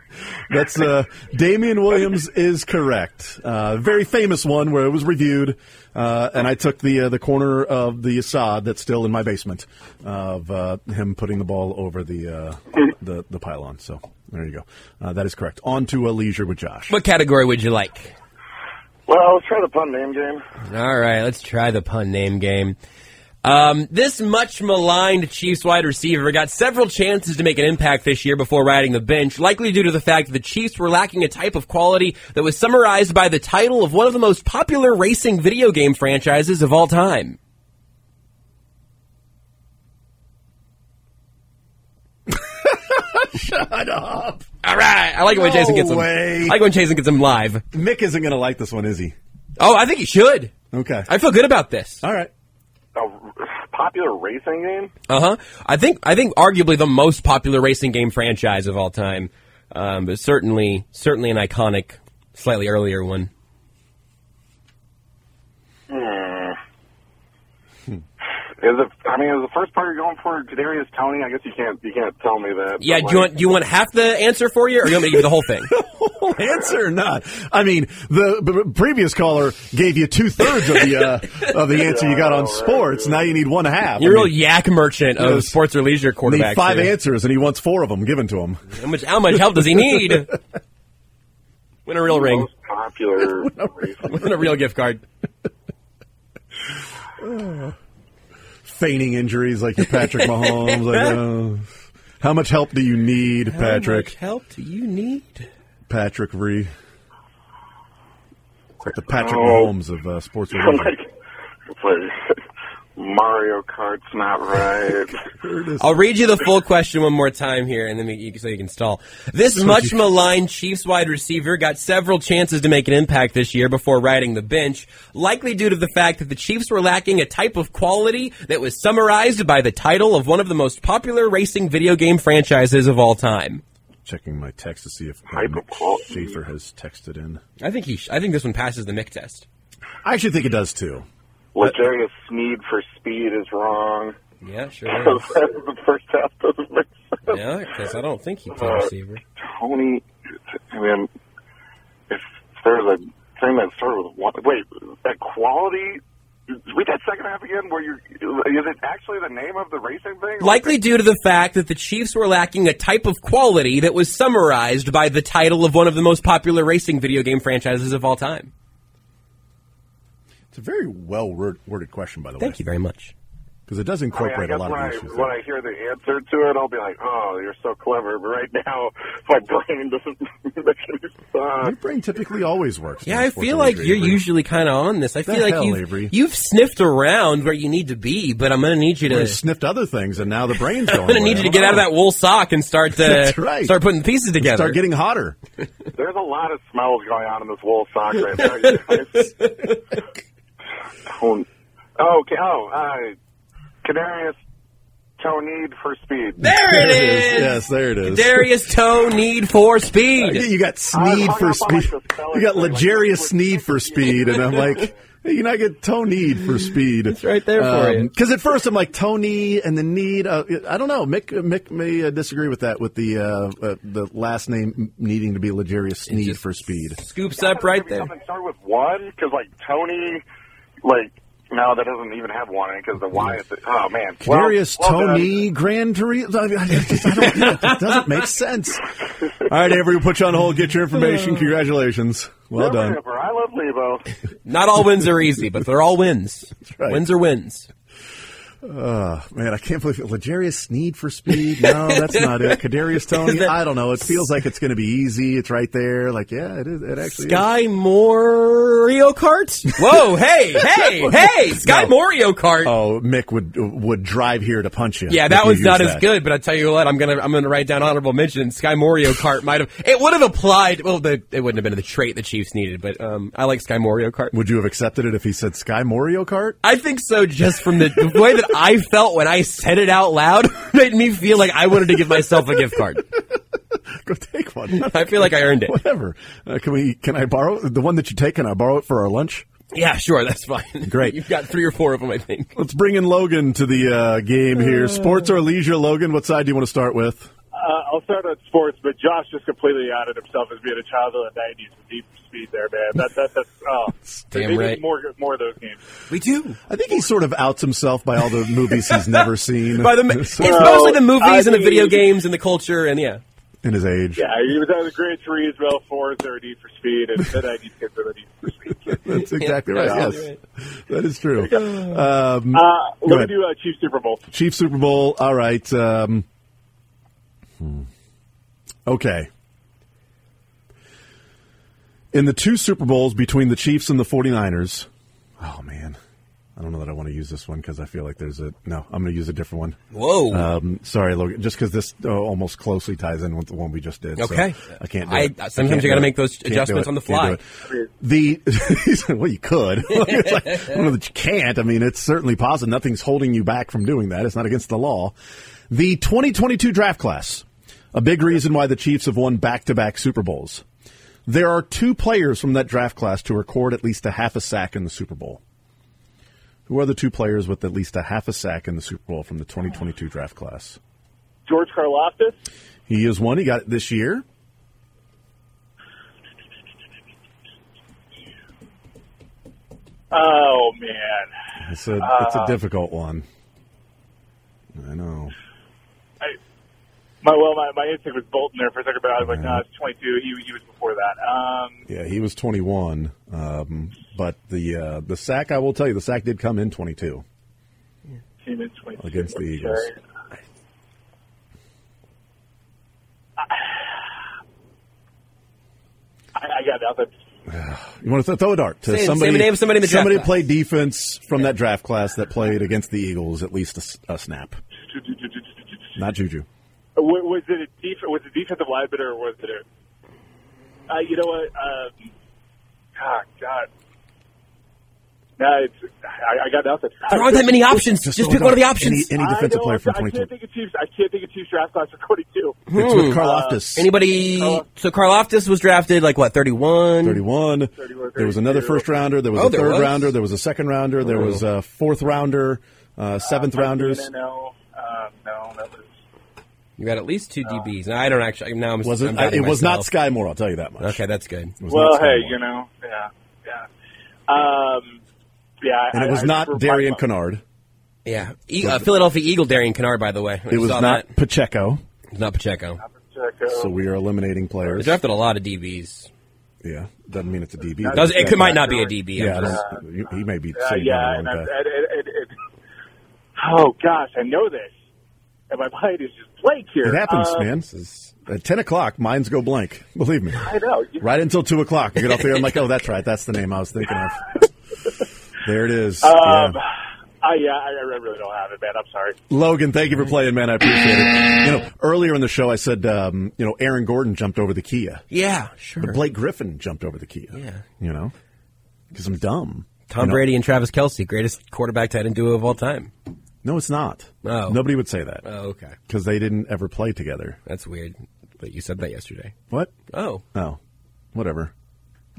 Speaker 3: That's uh, Damian Williams is correct. Uh, very famous one where it was reviewed, uh, and I took the uh, the corner of the Assad that's still in my basement of uh, him putting the ball over the uh, the the pylon. So there you go. Uh, that is correct. On to a leisure with Josh.
Speaker 4: What category would you like?
Speaker 7: Well, let's try the pun name game.
Speaker 4: All right, let's try the pun name game. Um, this much maligned Chiefs wide receiver got several chances to make an impact this year before riding the bench, likely due to the fact that the Chiefs were lacking a type of quality that was summarized by the title of one of the most popular racing video game franchises of all time.
Speaker 3: Shut up.
Speaker 4: All right, I like it when
Speaker 3: No
Speaker 4: Jason gets them.
Speaker 3: way.
Speaker 4: I like when Jason gets them live.
Speaker 3: Mick isn't going to like this one, is he?
Speaker 4: Oh, I think he should.
Speaker 3: Okay.
Speaker 4: I feel good about this.
Speaker 3: All right.
Speaker 7: A r- popular racing game?
Speaker 4: Uh huh. I think I think arguably the most popular racing game franchise of all time, um, but certainly certainly an iconic, slightly earlier one.
Speaker 7: Is it? I mean, is the first part you're going for Kadarius Tony? I guess you can't. You can't tell me that.
Speaker 4: Yeah.
Speaker 7: but,
Speaker 4: Do you
Speaker 7: like,
Speaker 4: want do you want half the answer for you, or you want me to give you the whole thing?
Speaker 3: Answer or not? I mean, the b- b- previous caller gave you two thirds of the uh, of the answer you got on sports. Now you need one half.
Speaker 4: You're a
Speaker 3: I
Speaker 4: real
Speaker 3: mean,
Speaker 4: yak merchant of
Speaker 3: Yes.
Speaker 4: sports or leisure quarterback.
Speaker 3: need five
Speaker 4: here.
Speaker 3: answers, and he wants four of them given to him.
Speaker 4: How much how much help does he need? Win a real ring.
Speaker 7: most popular racing?
Speaker 4: Win a real gift card.
Speaker 3: Feigning injuries like your Patrick Mahomes. Like, oh. How much help do you need, Patrick?
Speaker 4: help do you need?
Speaker 3: Patrick Ree. It's like the Patrick
Speaker 7: Oh.
Speaker 3: Mahomes of uh, sports.
Speaker 7: like, it's like Mario Kart's not right.
Speaker 4: I'll read you the full question one more time here, and then we, you, so you can stall. This much maligned Chiefs wide receiver got several chances to make an impact this year before riding the bench, likely due to the fact that the Chiefs were lacking a type of quality that was summarized by the title of one of the most popular racing video game franchises of all time.
Speaker 3: Checking my text to see if uh,
Speaker 7: Hyper
Speaker 3: Mick
Speaker 7: quality.
Speaker 3: Schaefer has texted in.
Speaker 4: I think he. Sh- I think this one passes the Mick test.
Speaker 3: I actually think it does too.
Speaker 7: Legarius Sneed for speed is wrong.
Speaker 4: Yeah, sure. Is.
Speaker 7: the first half doesn't make sense.
Speaker 4: Yeah, because I don't think he played receiver.
Speaker 7: Tony, I mean, if there's a thing that started with one, wait, that quality. Read that second half again. Where you is it actually the name of the racing thing?
Speaker 4: Likely due to the fact that the Chiefs were lacking a type of quality that was summarized by the title of one of the most popular racing video game franchises of all time.
Speaker 3: It's a very well word- worded question, by the way,
Speaker 4: Thank you Oh, very much.
Speaker 3: because it does
Speaker 7: I mean, I
Speaker 3: incorporate
Speaker 7: guess
Speaker 3: a lot
Speaker 7: when
Speaker 3: of
Speaker 7: I
Speaker 3: issues.
Speaker 7: when I hear the answer to it, I'll be like, "Oh, you're so clever." But right now, my brain doesn't make any
Speaker 3: Your
Speaker 7: sense.
Speaker 3: brain typically always works.
Speaker 4: uh, Yeah,
Speaker 3: in
Speaker 4: I
Speaker 3: sports
Speaker 4: feel like
Speaker 3: imagery.
Speaker 4: you're usually kind of on this. I feel
Speaker 3: The
Speaker 4: like
Speaker 3: hell, Avery?
Speaker 4: you've, you've sniffed around where you need to be, but I'm going to need you
Speaker 3: I
Speaker 4: to.
Speaker 3: sniffed other things, and now the brain's going.
Speaker 4: I'm going to
Speaker 3: away.
Speaker 4: need
Speaker 3: I
Speaker 4: you to
Speaker 3: don't
Speaker 4: get out of
Speaker 3: know.
Speaker 4: that wool sock and start to
Speaker 3: That's right.
Speaker 4: start putting the pieces together.
Speaker 3: Start getting hotter.
Speaker 7: There's a lot of smells going on in this wool sock right now. you guys. Tone- oh, okay. Oh, uh, Canarius Tony for speed.
Speaker 4: there it
Speaker 3: There
Speaker 4: is.
Speaker 3: Yes, there it is.
Speaker 4: Darius Toe need for speed.
Speaker 3: Yeah, you got Sneed
Speaker 7: hung
Speaker 3: for
Speaker 7: up on, like,
Speaker 3: speed.
Speaker 7: the spelling
Speaker 3: You got
Speaker 7: thing, like,
Speaker 3: Legarius
Speaker 7: we're-
Speaker 3: Sneed for speed, and I'm like, hey, you know, I get Toe Need for speed. It's
Speaker 4: right there for you.
Speaker 3: Because at first I'm like Tony and the Need. Uh, I don't know. Mick Mick may uh, disagree with that with the uh, uh, the last name needing to be Legarius Sneed
Speaker 4: just-
Speaker 3: for speed.
Speaker 4: Scoops up right
Speaker 7: Maybe
Speaker 4: there.
Speaker 7: Something start with one because like Tony, like No, that doesn't even have one because the Y is. Oh man, Well,
Speaker 3: Curious
Speaker 7: well done.
Speaker 3: Tony Grand Jury. I don't get it. It doesn't make sense. All right, Avery, we'll put you on hold. Get your information. Congratulations. Well
Speaker 7: Never
Speaker 3: done.
Speaker 7: ever. I love Lebo.
Speaker 4: Not all wins are easy, but they're all wins.
Speaker 3: right.
Speaker 4: Wins are wins.
Speaker 3: Man, I can't believe it. Legarius Sneed for speed. No, that's not it. Kadarius Tony. I don't know. It feels like it's going to be easy. It's right there. Like, yeah, it is. It actually is.
Speaker 4: Sky Mario Kart? Whoa, hey, hey, hey! Sky
Speaker 3: No.
Speaker 4: Mario Kart!
Speaker 3: Oh, Mick would would drive here to punch you.
Speaker 4: Yeah,
Speaker 3: if
Speaker 4: that
Speaker 3: you
Speaker 4: one's
Speaker 3: used
Speaker 4: not as
Speaker 3: that.
Speaker 4: good, but I tell you what, I'm gonna I'm gonna write down honorable mention. Sky Mario Kart might have it would have applied. Well, the, it wouldn't have been the trait the Chiefs needed, but um, I like Sky Mario Kart.
Speaker 3: Would you have accepted it if he said Sky Mario Kart?
Speaker 4: I think so, just from the, the way that I felt when I said it out loud, made me feel like I wanted to give myself a gift card.
Speaker 3: Go take one.
Speaker 4: I feel like I earned it.
Speaker 3: Whatever. Uh, can we? Can I borrow the one that you take? Can I borrow it for our lunch?
Speaker 4: Yeah, sure, that's fine.
Speaker 3: Great.
Speaker 4: You've got three or four of them, I think.
Speaker 3: Let's bring in Logan to the uh, game here. Sports or leisure, Logan? What side do you want to start with?
Speaker 8: Uh, I'll start on sports, but Josh just completely outed himself as being a child of the '90s with deep speed. There, man. That, that, that's oh,
Speaker 4: Damn
Speaker 8: They need
Speaker 4: right.
Speaker 8: More, more of those games.
Speaker 4: We do.
Speaker 3: I think he sort of outs himself by all the movies he's never seen.
Speaker 4: By the, it's mostly the movies and the video games and the culture and yeah.
Speaker 3: in his age.
Speaker 8: Yeah, he was out of the Grand Threes, Val Fours, there were Need for Speed, and the '90s kids were the Need for Speed. kids.
Speaker 3: That's exactly right.
Speaker 4: Yeah.
Speaker 3: Yes, that is true. Um,
Speaker 8: Uh, let me
Speaker 3: ahead.
Speaker 8: do uh, Chiefs Super Bowl.
Speaker 3: Chief Super Bowl. All right. Um, hmm. Okay. In the two Super Bowls between the Chiefs and the 49ers. Oh, man. I don't know that I want to use this one because I feel like there's a. No, I'm going to use a different one.
Speaker 4: Whoa.
Speaker 3: Um, sorry, Logan. Just because this uh, almost closely ties in with the one we just did. so
Speaker 4: Okay.
Speaker 3: I can't. Do
Speaker 4: I- uh,
Speaker 3: it.
Speaker 4: sometimes
Speaker 3: can't
Speaker 4: you
Speaker 3: do
Speaker 4: gotta
Speaker 3: it.
Speaker 4: make those
Speaker 3: Can't do it.
Speaker 4: adjustments on the
Speaker 3: Can't do it. The he said, well, you could. It's like, I don't know that you can't. I mean, it's certainly positive. Nothing's holding you back from doing that. It's not against the law. The 2022 draft class, a big reason why the Chiefs have won back-to-back Super Bowls. There are two players from that draft class to record at least a half a sack in the Super Bowl. Who are the two players with at least a half a sack in the Super Bowl from the 2022 draft class?
Speaker 8: George Karloftis.
Speaker 3: He is one. He got it this year.
Speaker 8: Oh man,
Speaker 3: It's a it's a difficult one. I know.
Speaker 8: my well, my, my instinct was Bolton there for a second, but I was like, no, it's 22. He, he was before that. Um,
Speaker 3: Yeah, he was 21, um, but the uh, the sack I will tell you the sack did come in 22
Speaker 8: came in 22
Speaker 3: against the
Speaker 8: Okay.
Speaker 3: Eagles.
Speaker 8: I, I got nothing.
Speaker 3: You want to th- throw a dart to
Speaker 4: Say- say
Speaker 3: somebody?
Speaker 4: the name of somebody in the draft
Speaker 3: somebody
Speaker 4: class.
Speaker 3: played defense from that draft class that played against the Eagles at least a s- a, snap. Not Juju.
Speaker 8: Wa- Was it a def- was it defensive lineman or was it a? Uh, you know what? Um, ah, God. Nah, it's, I, I got nothing.
Speaker 4: there aren't that many options. Just,
Speaker 3: throw a
Speaker 4: pick one of the
Speaker 3: dart.
Speaker 4: options.
Speaker 3: Any, any defensive
Speaker 8: I know,
Speaker 3: player from
Speaker 8: I can't
Speaker 3: 22.
Speaker 8: think of Chiefs. I can't think of Chiefs draft class for 22.
Speaker 3: It's with
Speaker 4: Hmm. Uh,
Speaker 3: Karloftis.
Speaker 4: Anybody? So Karloftis was drafted like what, 31?
Speaker 3: 31.
Speaker 8: 31,
Speaker 3: There was another
Speaker 8: 32.
Speaker 3: first rounder. There was
Speaker 4: Oh,
Speaker 3: a
Speaker 4: there
Speaker 3: third
Speaker 4: was? Oh.
Speaker 3: rounder. There was a second rounder. There was a fourth rounder, uh, seventh rounders.
Speaker 8: No, um, no, that was.
Speaker 4: You got at least two DBs. No, I don't actually. Now I'm.
Speaker 3: Was
Speaker 4: I'm
Speaker 3: it? I,
Speaker 4: doubting
Speaker 3: it was not
Speaker 4: myself.
Speaker 3: Sky Moore. I'll tell you that much.
Speaker 4: Okay, that's good.
Speaker 3: It was not
Speaker 8: Well,
Speaker 3: Sky
Speaker 8: hey,
Speaker 3: Moore.
Speaker 8: you know, yeah, yeah, um, yeah.
Speaker 3: and
Speaker 8: I-
Speaker 3: it was
Speaker 8: I
Speaker 3: not
Speaker 8: remember
Speaker 3: Darian
Speaker 8: talking about-
Speaker 3: Kennard.
Speaker 4: Yeah, e- uh, Philadelphia Eagle Darian Kennard, by the way. I
Speaker 3: It was
Speaker 4: saw
Speaker 3: not
Speaker 4: that.
Speaker 3: Pacheco.
Speaker 4: It's not Pacheco.
Speaker 3: So we are eliminating
Speaker 4: They
Speaker 3: players.
Speaker 4: drafted a lot of DBs.
Speaker 3: Yeah, doesn't mean it's a DB.
Speaker 4: Does, it could, might not be a DB. I'm
Speaker 3: Yeah, I
Speaker 4: just-
Speaker 3: don't, you- he may be
Speaker 8: Uh,
Speaker 3: sitting
Speaker 8: yeah,
Speaker 3: down
Speaker 8: and,
Speaker 3: on
Speaker 8: I'm-
Speaker 3: the-
Speaker 8: and, and, and, and oh gosh, I know this, and my mind is just blank here.
Speaker 3: It happens,
Speaker 8: Um,
Speaker 3: man. At ten o'clock, minds go blank. Believe me.
Speaker 8: Uh, I know. You-
Speaker 3: Right until two o'clock, you get off the air. I'm like, oh, that's right. That's the name I was thinking of. There it is.
Speaker 8: Um,
Speaker 3: Yeah.
Speaker 8: I, yeah, I I really don't have it, man. I'm sorry.
Speaker 3: Logan, thank you for playing, man. I appreciate it. You know, earlier in the show, I said, um, you know, Aaron Gordon jumped over the Kia.
Speaker 4: yeah, sure.
Speaker 3: Blake Griffin jumped over the Kia.
Speaker 4: Yeah.
Speaker 3: You know, because I'm dumb.
Speaker 4: Tom Brady and Travis Kelsey, greatest quarterback tight end duo of all time.
Speaker 3: No, it's not.
Speaker 4: Oh.
Speaker 3: Nobody would say that
Speaker 4: Oh, okay.
Speaker 3: because they didn't ever play together.
Speaker 4: That's weird that you said that yesterday.
Speaker 3: What?
Speaker 4: Oh,
Speaker 3: Oh, whatever.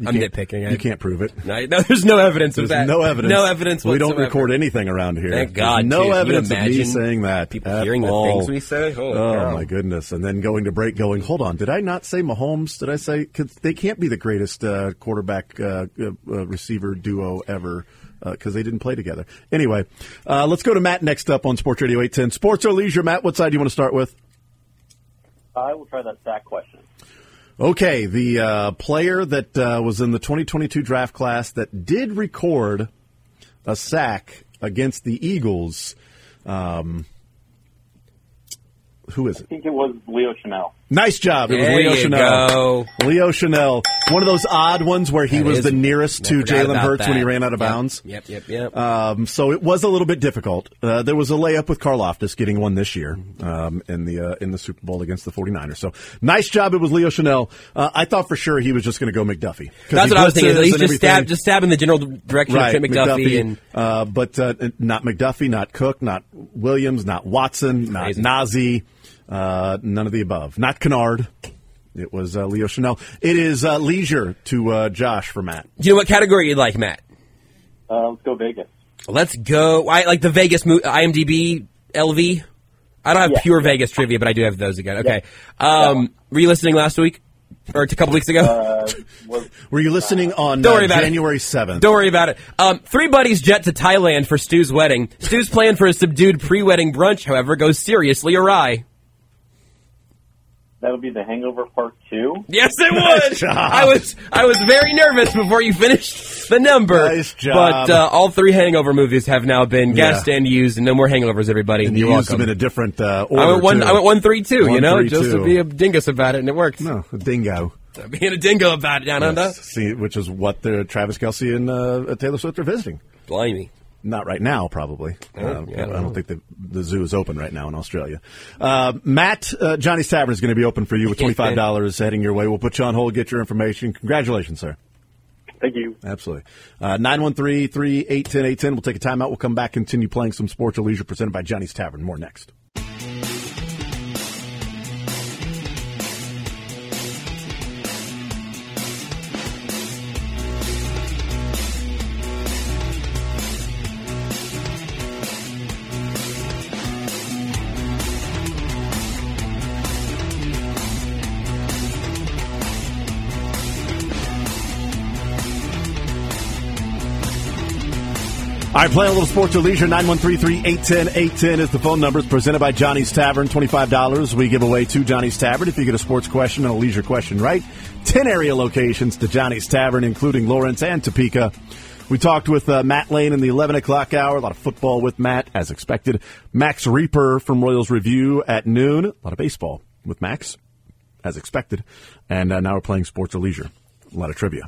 Speaker 4: I'm
Speaker 3: can't-
Speaker 4: nitpicking. I-
Speaker 3: You can't prove it.
Speaker 4: No, no, there's no evidence of
Speaker 3: There's
Speaker 4: that.
Speaker 3: no evidence.
Speaker 4: No evidence.
Speaker 3: We don't
Speaker 4: whatsoever.
Speaker 3: record anything around here.
Speaker 4: Thank
Speaker 3: There's
Speaker 4: God, too.
Speaker 3: no
Speaker 4: Can you
Speaker 3: evidence of me
Speaker 4: imagine
Speaker 3: saying that.
Speaker 4: people
Speaker 3: at
Speaker 4: hearing the
Speaker 3: all.
Speaker 4: things we say?
Speaker 3: Oh,
Speaker 4: Holy cow.
Speaker 3: my goodness! And then going to break, going, hold on, did I not say Mahomes? Did I say 'cause they can't be the greatest uh, quarterback uh, uh, uh, receiver duo ever? Because they didn't play together. Anyway, uh, let's go to Matt next up on Sports Radio 810. Sports or leisure, Matt? What side do you want to start with?
Speaker 6: I will try that sack question.
Speaker 3: Okay, the uh, player that uh, was in the 2022 draft class that did record a sack against the Eagles. Um, who is it?
Speaker 6: I think it was Leo Chanel.
Speaker 3: Nice job. It was
Speaker 4: There
Speaker 3: Leo
Speaker 4: you
Speaker 3: Chanel.
Speaker 4: go.
Speaker 3: Leo Chanel. One of those odd ones where he
Speaker 4: That
Speaker 3: was
Speaker 4: is-
Speaker 3: the nearest
Speaker 4: I
Speaker 3: to
Speaker 4: forgot
Speaker 3: Jalen
Speaker 4: about
Speaker 3: Hurts when he
Speaker 4: that.
Speaker 3: ran out of
Speaker 4: Yep,
Speaker 3: bounds.
Speaker 4: Yep, yep, yep.
Speaker 3: Um, so it was a little bit difficult. Uh, there was a layup with Karloftis getting one this year um, in the uh, in the Super Bowl against the 49ers. So nice job. It was Leo Chanel. Uh, I thought for sure he was just going to go McDuffie. 'Cause
Speaker 4: That's
Speaker 3: he
Speaker 4: what I was thinking.
Speaker 3: blitzes
Speaker 4: He's
Speaker 3: and
Speaker 4: just
Speaker 3: everything.
Speaker 4: stab, just stab in the general direction
Speaker 3: Right,
Speaker 4: of Trent McDuffie, and
Speaker 3: uh, but uh, not McDuffie, not Cook, not Williams, not Watson, not
Speaker 4: Crazy.
Speaker 3: Nazi, uh, none of the above. Not Kennard. It was uh, Leo Chanel. It is uh, leisure to uh, Josh for Matt.
Speaker 4: do you know what category you'd like, Matt?
Speaker 6: Uh, let's go Vegas.
Speaker 4: Let's go. I like the Vegas mo- IMDb LV. I don't have
Speaker 6: Yeah.
Speaker 4: pure Vegas trivia, but I do have those again. Okay. Um, were you listening last week or a couple weeks ago?
Speaker 6: Uh, was,
Speaker 3: Were you listening on
Speaker 4: Don't
Speaker 3: uh,
Speaker 4: worry about it.
Speaker 3: January 7th?
Speaker 4: Don't worry about it. Um, three buddies jet to Thailand for Stu's wedding. Stu's plan for a subdued pre-wedding brunch, however, goes seriously awry.
Speaker 6: that'll be the Hangover Part Two.
Speaker 4: Yes, it was.
Speaker 3: job.
Speaker 4: I was I was very nervous before you finished the number.
Speaker 3: Nice job.
Speaker 4: But uh, all three Hangover movies have now been guessed
Speaker 3: Yeah.
Speaker 4: and used, and no more hangovers, everybody.
Speaker 3: And you
Speaker 4: You're
Speaker 3: used
Speaker 4: welcome.
Speaker 3: them in a different uh, order.
Speaker 4: I went one.
Speaker 3: too.
Speaker 4: I went one three two.
Speaker 3: One,
Speaker 4: you know,
Speaker 3: three,
Speaker 4: just
Speaker 3: two.
Speaker 4: to be a dingus about it, and it worked.
Speaker 3: No, a dingo.
Speaker 4: Being a dingo about it down under.
Speaker 3: See, which is what the Travis Kelsey and uh, Taylor Swift are visiting.
Speaker 4: Blimey.
Speaker 3: Not right now, probably. Uh,
Speaker 4: Oh, yeah, I
Speaker 3: I
Speaker 4: don't know.
Speaker 3: don't think the, the zoo is open right now in Australia. Uh, Matt, uh, Johnny's Tavern is going to be open for you with
Speaker 4: Yes, man.
Speaker 3: $25 heading your way. We'll put you on hold, get your information. Congratulations, sir.
Speaker 6: Thank you.
Speaker 3: Absolutely. Uh, 913 310 810. We'll take a timeout. We'll come back, continue playing some sports or leisure presented by Johnny's Tavern. More next. All right, playing a little sports or leisure. 913-310-810 is the phone number. It's presented by Johnny's Tavern. $25 we give away to Johnny's Tavern if you get a sports question and a leisure question right. 10 area locations to Johnny's Tavern, including Lawrence and Topeka. We talked with uh, Matt Lane in the 11 o'clock hour. A lot of football with Matt, as expected. Max Reaper from Royals Review at noon. A lot of baseball with Max, as expected. And uh, now we're playing sports or leisure. A lot of trivia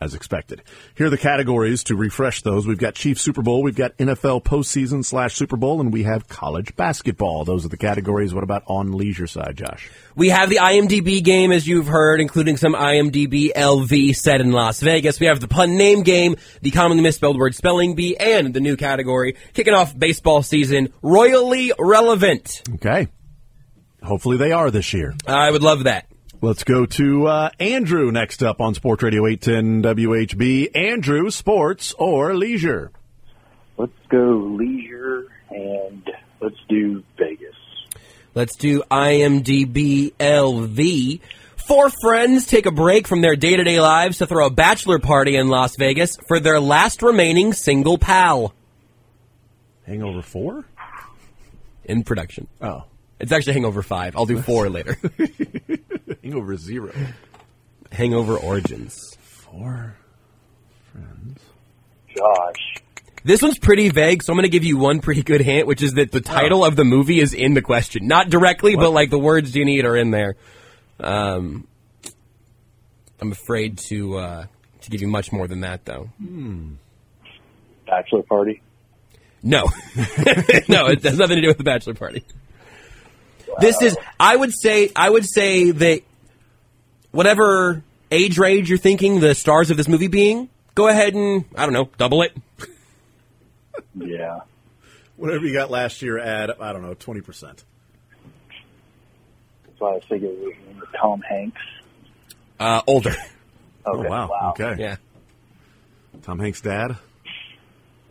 Speaker 3: as expected. Here are the categories to refresh those. We've got Chiefs Super Bowl, we've got NFL postseason slash Super Bowl, and we have college basketball. Those are the categories. What about on leisure side, Josh?
Speaker 4: We have the IMDb game, as you've heard, including some IMDb LV set in Las Vegas. We have the pun name game, the commonly misspelled word spelling bee, and the new category kicking off baseball season, royally relevant.
Speaker 3: Okay. Hopefully they are this year.
Speaker 4: I would love that.
Speaker 3: Let's go to uh, Andrew next up on Sports Radio 810 WHB. Andrew, sports or leisure?
Speaker 6: Let's go leisure and let's do Vegas.
Speaker 4: Let's do IMDb LV. Four friends take a break from their day to day lives to throw a bachelor party in Las Vegas for their last remaining single pal
Speaker 3: Hangover 4?
Speaker 4: in production.
Speaker 3: Oh.
Speaker 4: It's actually Hangover 5. I'll do 4 later.
Speaker 3: Hangover 0.
Speaker 4: Hangover Origins.
Speaker 3: 4.
Speaker 6: Josh,
Speaker 4: This one's pretty vague, so I'm going to give you one pretty good hint, which is
Speaker 6: Oh.
Speaker 4: that the title of the movie is in the question. Not directly, but like the words you need are in there. Um, I'm afraid to uh, to give you much more than that, though.
Speaker 6: Hmm. bachelor party.
Speaker 4: No, no, it has nothing to do with the bachelor party. This is, I would say, I would say that whatever age range you're thinking the stars of this movie being, go ahead and I don't know, double it.
Speaker 6: Yeah.
Speaker 3: Whatever you got last year, add, I don't know, 20%.
Speaker 6: That's why I figured it was Tom Hanks.
Speaker 4: Uh, older.
Speaker 3: Oh, wow. Okay.
Speaker 4: Yeah.
Speaker 3: Tom Hanks' dad?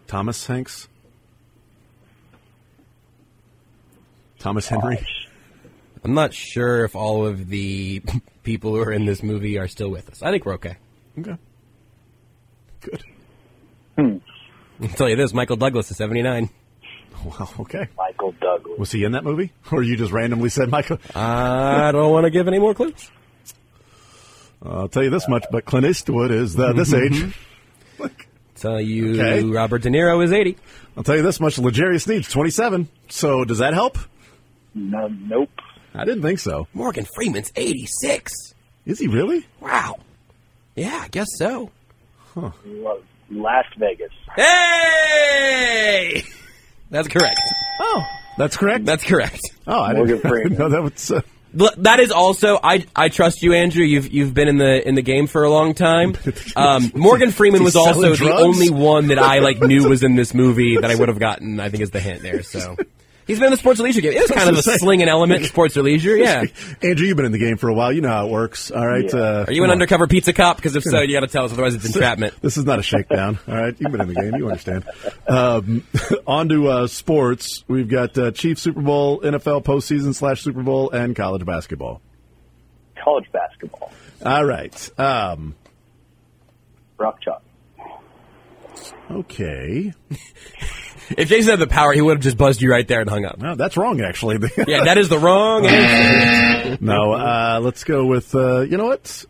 Speaker 3: Thomas Hanks? Thomas Henry?
Speaker 4: I'm not sure if all of the people who are in this movie are still with us. I think we're okay.
Speaker 3: Okay. Good.
Speaker 4: I'll tell you this Michael Douglas is 79.
Speaker 3: Wow. Okay.
Speaker 6: Michael Douglas.
Speaker 3: Was he in that movie? Or you just randomly said Michael?
Speaker 4: I don't want to give any more clues.
Speaker 3: I'll tell you this much, but Clint Eastwood is uh, this
Speaker 4: Mm-hmm.
Speaker 3: age. Look,
Speaker 4: Tell you
Speaker 3: Okay.
Speaker 4: Robert De Niro is 80.
Speaker 3: I'll tell you this much, Legarius Sneed's 27. So does that help?
Speaker 6: No, nope.
Speaker 3: I didn't think so.
Speaker 4: Morgan Freeman's 86.
Speaker 3: Is he really?
Speaker 4: Wow. Yeah, I guess so.
Speaker 6: Lo- Las Vegas.
Speaker 4: Hey! That's correct.
Speaker 3: Oh, that's correct.
Speaker 4: That's correct.
Speaker 3: oh, I
Speaker 6: Morgan
Speaker 3: didn't, I didn't
Speaker 6: Freeman.
Speaker 3: know that was. Uh,
Speaker 4: Look, That is also I I trust you, Andrew. You've you've been in the in the game for a long time. Um, Morgan Freeman
Speaker 3: Is
Speaker 4: was
Speaker 3: he
Speaker 4: also
Speaker 3: selling
Speaker 4: the
Speaker 3: drugs?
Speaker 4: only one that I like knew was in this movie that I would have gotten. I think is the hint there. So he's been in the sports or leisure game. It was kind of a
Speaker 3: That's insane.
Speaker 4: slinging element in sports or leisure. Yeah.
Speaker 3: Andrew, you've been in the game for a while. You know how it works. All right.
Speaker 6: Yeah.
Speaker 3: Uh,
Speaker 4: Are you
Speaker 3: come
Speaker 4: an
Speaker 3: on.
Speaker 4: undercover pizza cop? Because if so, you got to tell us. Otherwise, it's entrapment.
Speaker 3: This is not a shakedown. All right. You've been in the game. You understand. Um, on to uh, sports. We've got uh, Chiefs Super Bowl, NFL postseason slash Super Bowl, and college basketball.
Speaker 6: College basketball.
Speaker 3: All right. Um,
Speaker 6: Rock chalk.
Speaker 3: okay.
Speaker 4: If Jason had the power, he would have just buzzed you right there and hung up.
Speaker 3: No, that's wrong, actually.
Speaker 4: Yeah, that is the wrong answer.
Speaker 3: no, uh, let's go with, uh, you know what?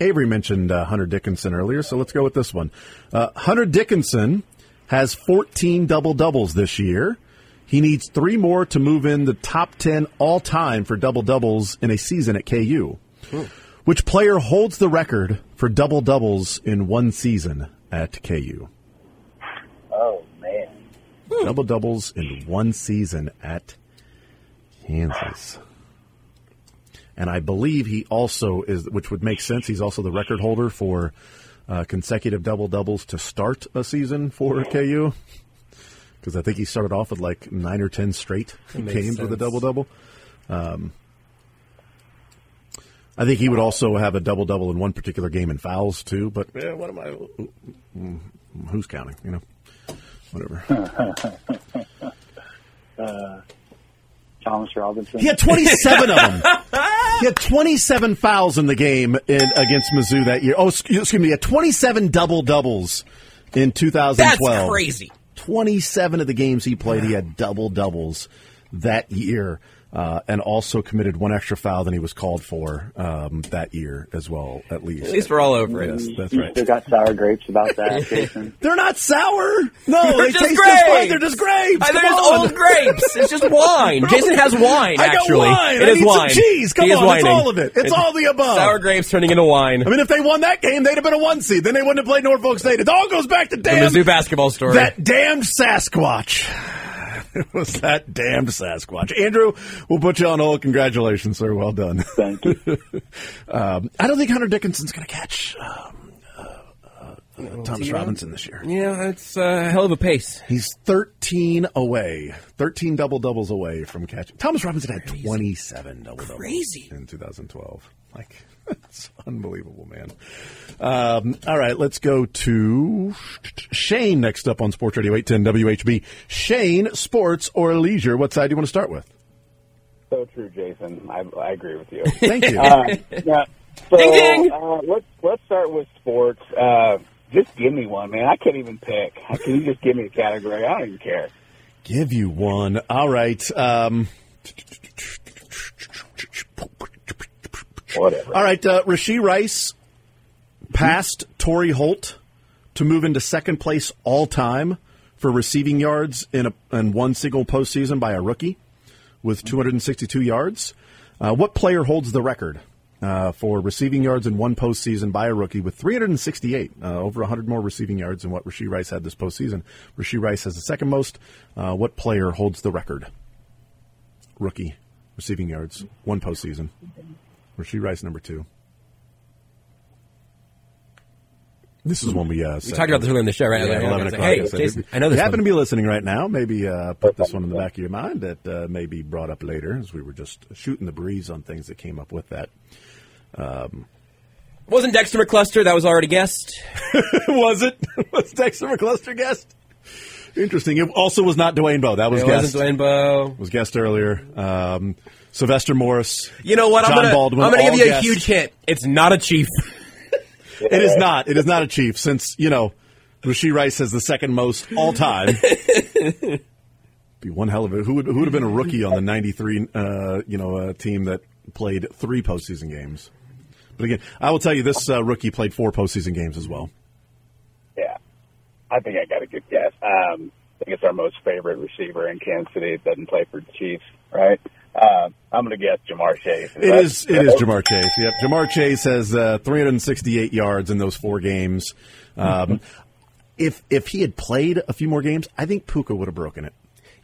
Speaker 3: Avery mentioned uh, Hunter Dickinson earlier, so let's go with this one. Uh, Hunter Dickinson has 14 double doubles this year. He needs three more to move in the top 10 all time for double doubles in a season at KU.
Speaker 6: Hmm.
Speaker 3: Which player holds the record for double doubles in one season at KU?
Speaker 6: Oh man.
Speaker 3: double doubles in one season at Kansas. And I believe he also is, which would make sense. He's also the record holder for uh, consecutive double doubles to start a season for KU. Because I think he started off with like nine or ten straight
Speaker 4: makes
Speaker 3: games with a
Speaker 4: sense.
Speaker 3: double double. Um, I think he would also have a double double in one particular game in fouls too. But yeah, what am I? mm, Who's counting? You know, whatever.
Speaker 6: Thomas Robinson.
Speaker 3: He had 27 of them. He had 27 fouls in the game in, against Mizzou that year. Oh, sc- excuse me. He had 27 double doubles in 2012.
Speaker 4: That's crazy.
Speaker 3: 27 of the games he played, he had double doubles that year, uh, and also committed one extra foul than he was called for um, that year as well. At least,
Speaker 4: At least we're all over it.
Speaker 3: yes, that's
Speaker 6: You
Speaker 3: right.
Speaker 6: still got sour grapes about that, Jason.
Speaker 3: They're not sour. No,
Speaker 4: They're
Speaker 3: they
Speaker 4: just
Speaker 3: taste just fine.
Speaker 4: grapes.
Speaker 3: Oh, They're just grapes.
Speaker 4: Uh,
Speaker 3: Come
Speaker 4: they're just
Speaker 3: on.
Speaker 4: old grapes. It's just wine. Jason has wine.
Speaker 3: I got
Speaker 4: actually,
Speaker 3: wine.
Speaker 4: It
Speaker 3: I
Speaker 4: is
Speaker 3: need some
Speaker 4: wine.
Speaker 3: cheese. Come
Speaker 4: He is
Speaker 3: on, it's
Speaker 4: whining.
Speaker 3: all of it. It's all the above.
Speaker 4: Sour grapes turning into wine.
Speaker 3: I mean, if they won that game, they'd have been a one seed. Then they wouldn't have played Norfolk State. It all goes back to
Speaker 4: the
Speaker 3: damn
Speaker 4: Mizzou basketball story.
Speaker 3: that damned Sasquatch. It was that damned Sasquatch. Andrew, we'll put you on hold. Congratulations, sir. Well done.
Speaker 6: Thank you.
Speaker 3: Um, I don't think Hunter Dickinson's going to catch um, uh, uh, Thomas Robinson this year.
Speaker 4: yeah, it's uh, a hell of a pace.
Speaker 3: He's 13 away, 13 double doubles away from catching. Thomas Robinson had 27 double doubles
Speaker 4: Crazy.
Speaker 3: in 2012. Like, it's unbelievable, man. Um, all right, let's go to Shane next up on Sports Radio 810 WHB. Shane, sports or leisure? What side do you want to start with?
Speaker 6: so true, Jason. I, I agree with you.
Speaker 3: Thank you.
Speaker 6: Uh, yeah. So,
Speaker 4: Ding, ding.
Speaker 6: Uh, let's let's start with sports. Uh, just give me one, man. I can't even pick. Can you just give me a category? I don't even care.
Speaker 3: Give you one. All right. Um,
Speaker 6: Whatever.
Speaker 3: All right, uh, Rasheed Rice passed Torrey Holt to move into second place all time for receiving yards in, a, in one single postseason by a rookie with 262 yards. Uh, what player holds the record uh, for receiving yards in one postseason by a rookie with 368, uh, over 100 more receiving yards than what Rasheed Rice had this postseason? Rasheed Rice has the second most. Uh, what player holds the record? Rookie receiving yards, one postseason. Rasheed Rice number two. This is when we uh,
Speaker 4: We talked about this earlier in the show, right?
Speaker 3: yeah,
Speaker 4: Like,
Speaker 3: 11
Speaker 4: I was like,
Speaker 3: o'clock.
Speaker 4: hey,
Speaker 3: Yes, I
Speaker 4: Jason,
Speaker 3: did.
Speaker 4: I know
Speaker 3: If
Speaker 4: this
Speaker 3: you happen
Speaker 4: one.
Speaker 3: to be listening right now. Maybe uh, put this one in the back of your mind that uh, may be brought up later as we were just shooting the breeze on things that came up with that. Um,
Speaker 4: Wasn't Dexter McCluster? That was already guessed.
Speaker 3: was it? was Dexter McCluster guest? Interesting. It also was not Dwayne Bowe. That was
Speaker 4: It
Speaker 3: guest.
Speaker 4: wasn't Dwayne Bowe.
Speaker 3: Was guest earlier. Um, Sylvester Morris.
Speaker 4: You know what?
Speaker 3: John
Speaker 4: I'm gonna,
Speaker 3: Baldwin,
Speaker 4: I'm gonna
Speaker 3: all
Speaker 4: give you
Speaker 3: guests.
Speaker 4: a huge hint. It's not a chief.
Speaker 3: It is not. It is not a chief since, you know, Rasheed Rice has the second most all time. Be one hell of a who would who would have been a rookie on the '93 uh, you know uh, team that played three postseason games. But again, I will tell you this uh, rookie played four postseason games as well.
Speaker 6: Yeah. I think I got a good guess. Um, I think it's our most favorite receiver in Kansas City. It doesn't play for the Chiefs, right? Um, I'm going to guess Jamar Chase.
Speaker 3: It is it is Jamar Chase. Yep, Jamar Chase has uh, 368 yards in those four games. Um, if if he had played a few more games, I think Puka would have broken it.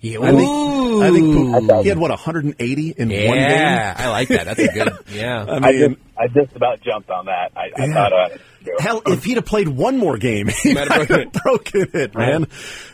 Speaker 4: Yeah,
Speaker 3: I think, I think Puka, he had what 180 in one game.
Speaker 4: yeah, I like that. That's a good. Yeah,
Speaker 6: I just, I just about jumped on that. I, I
Speaker 3: Yeah.
Speaker 6: thought uh, I had
Speaker 3: Hell, if he'd have played one more game, he might
Speaker 4: might have
Speaker 3: have broken, it, man.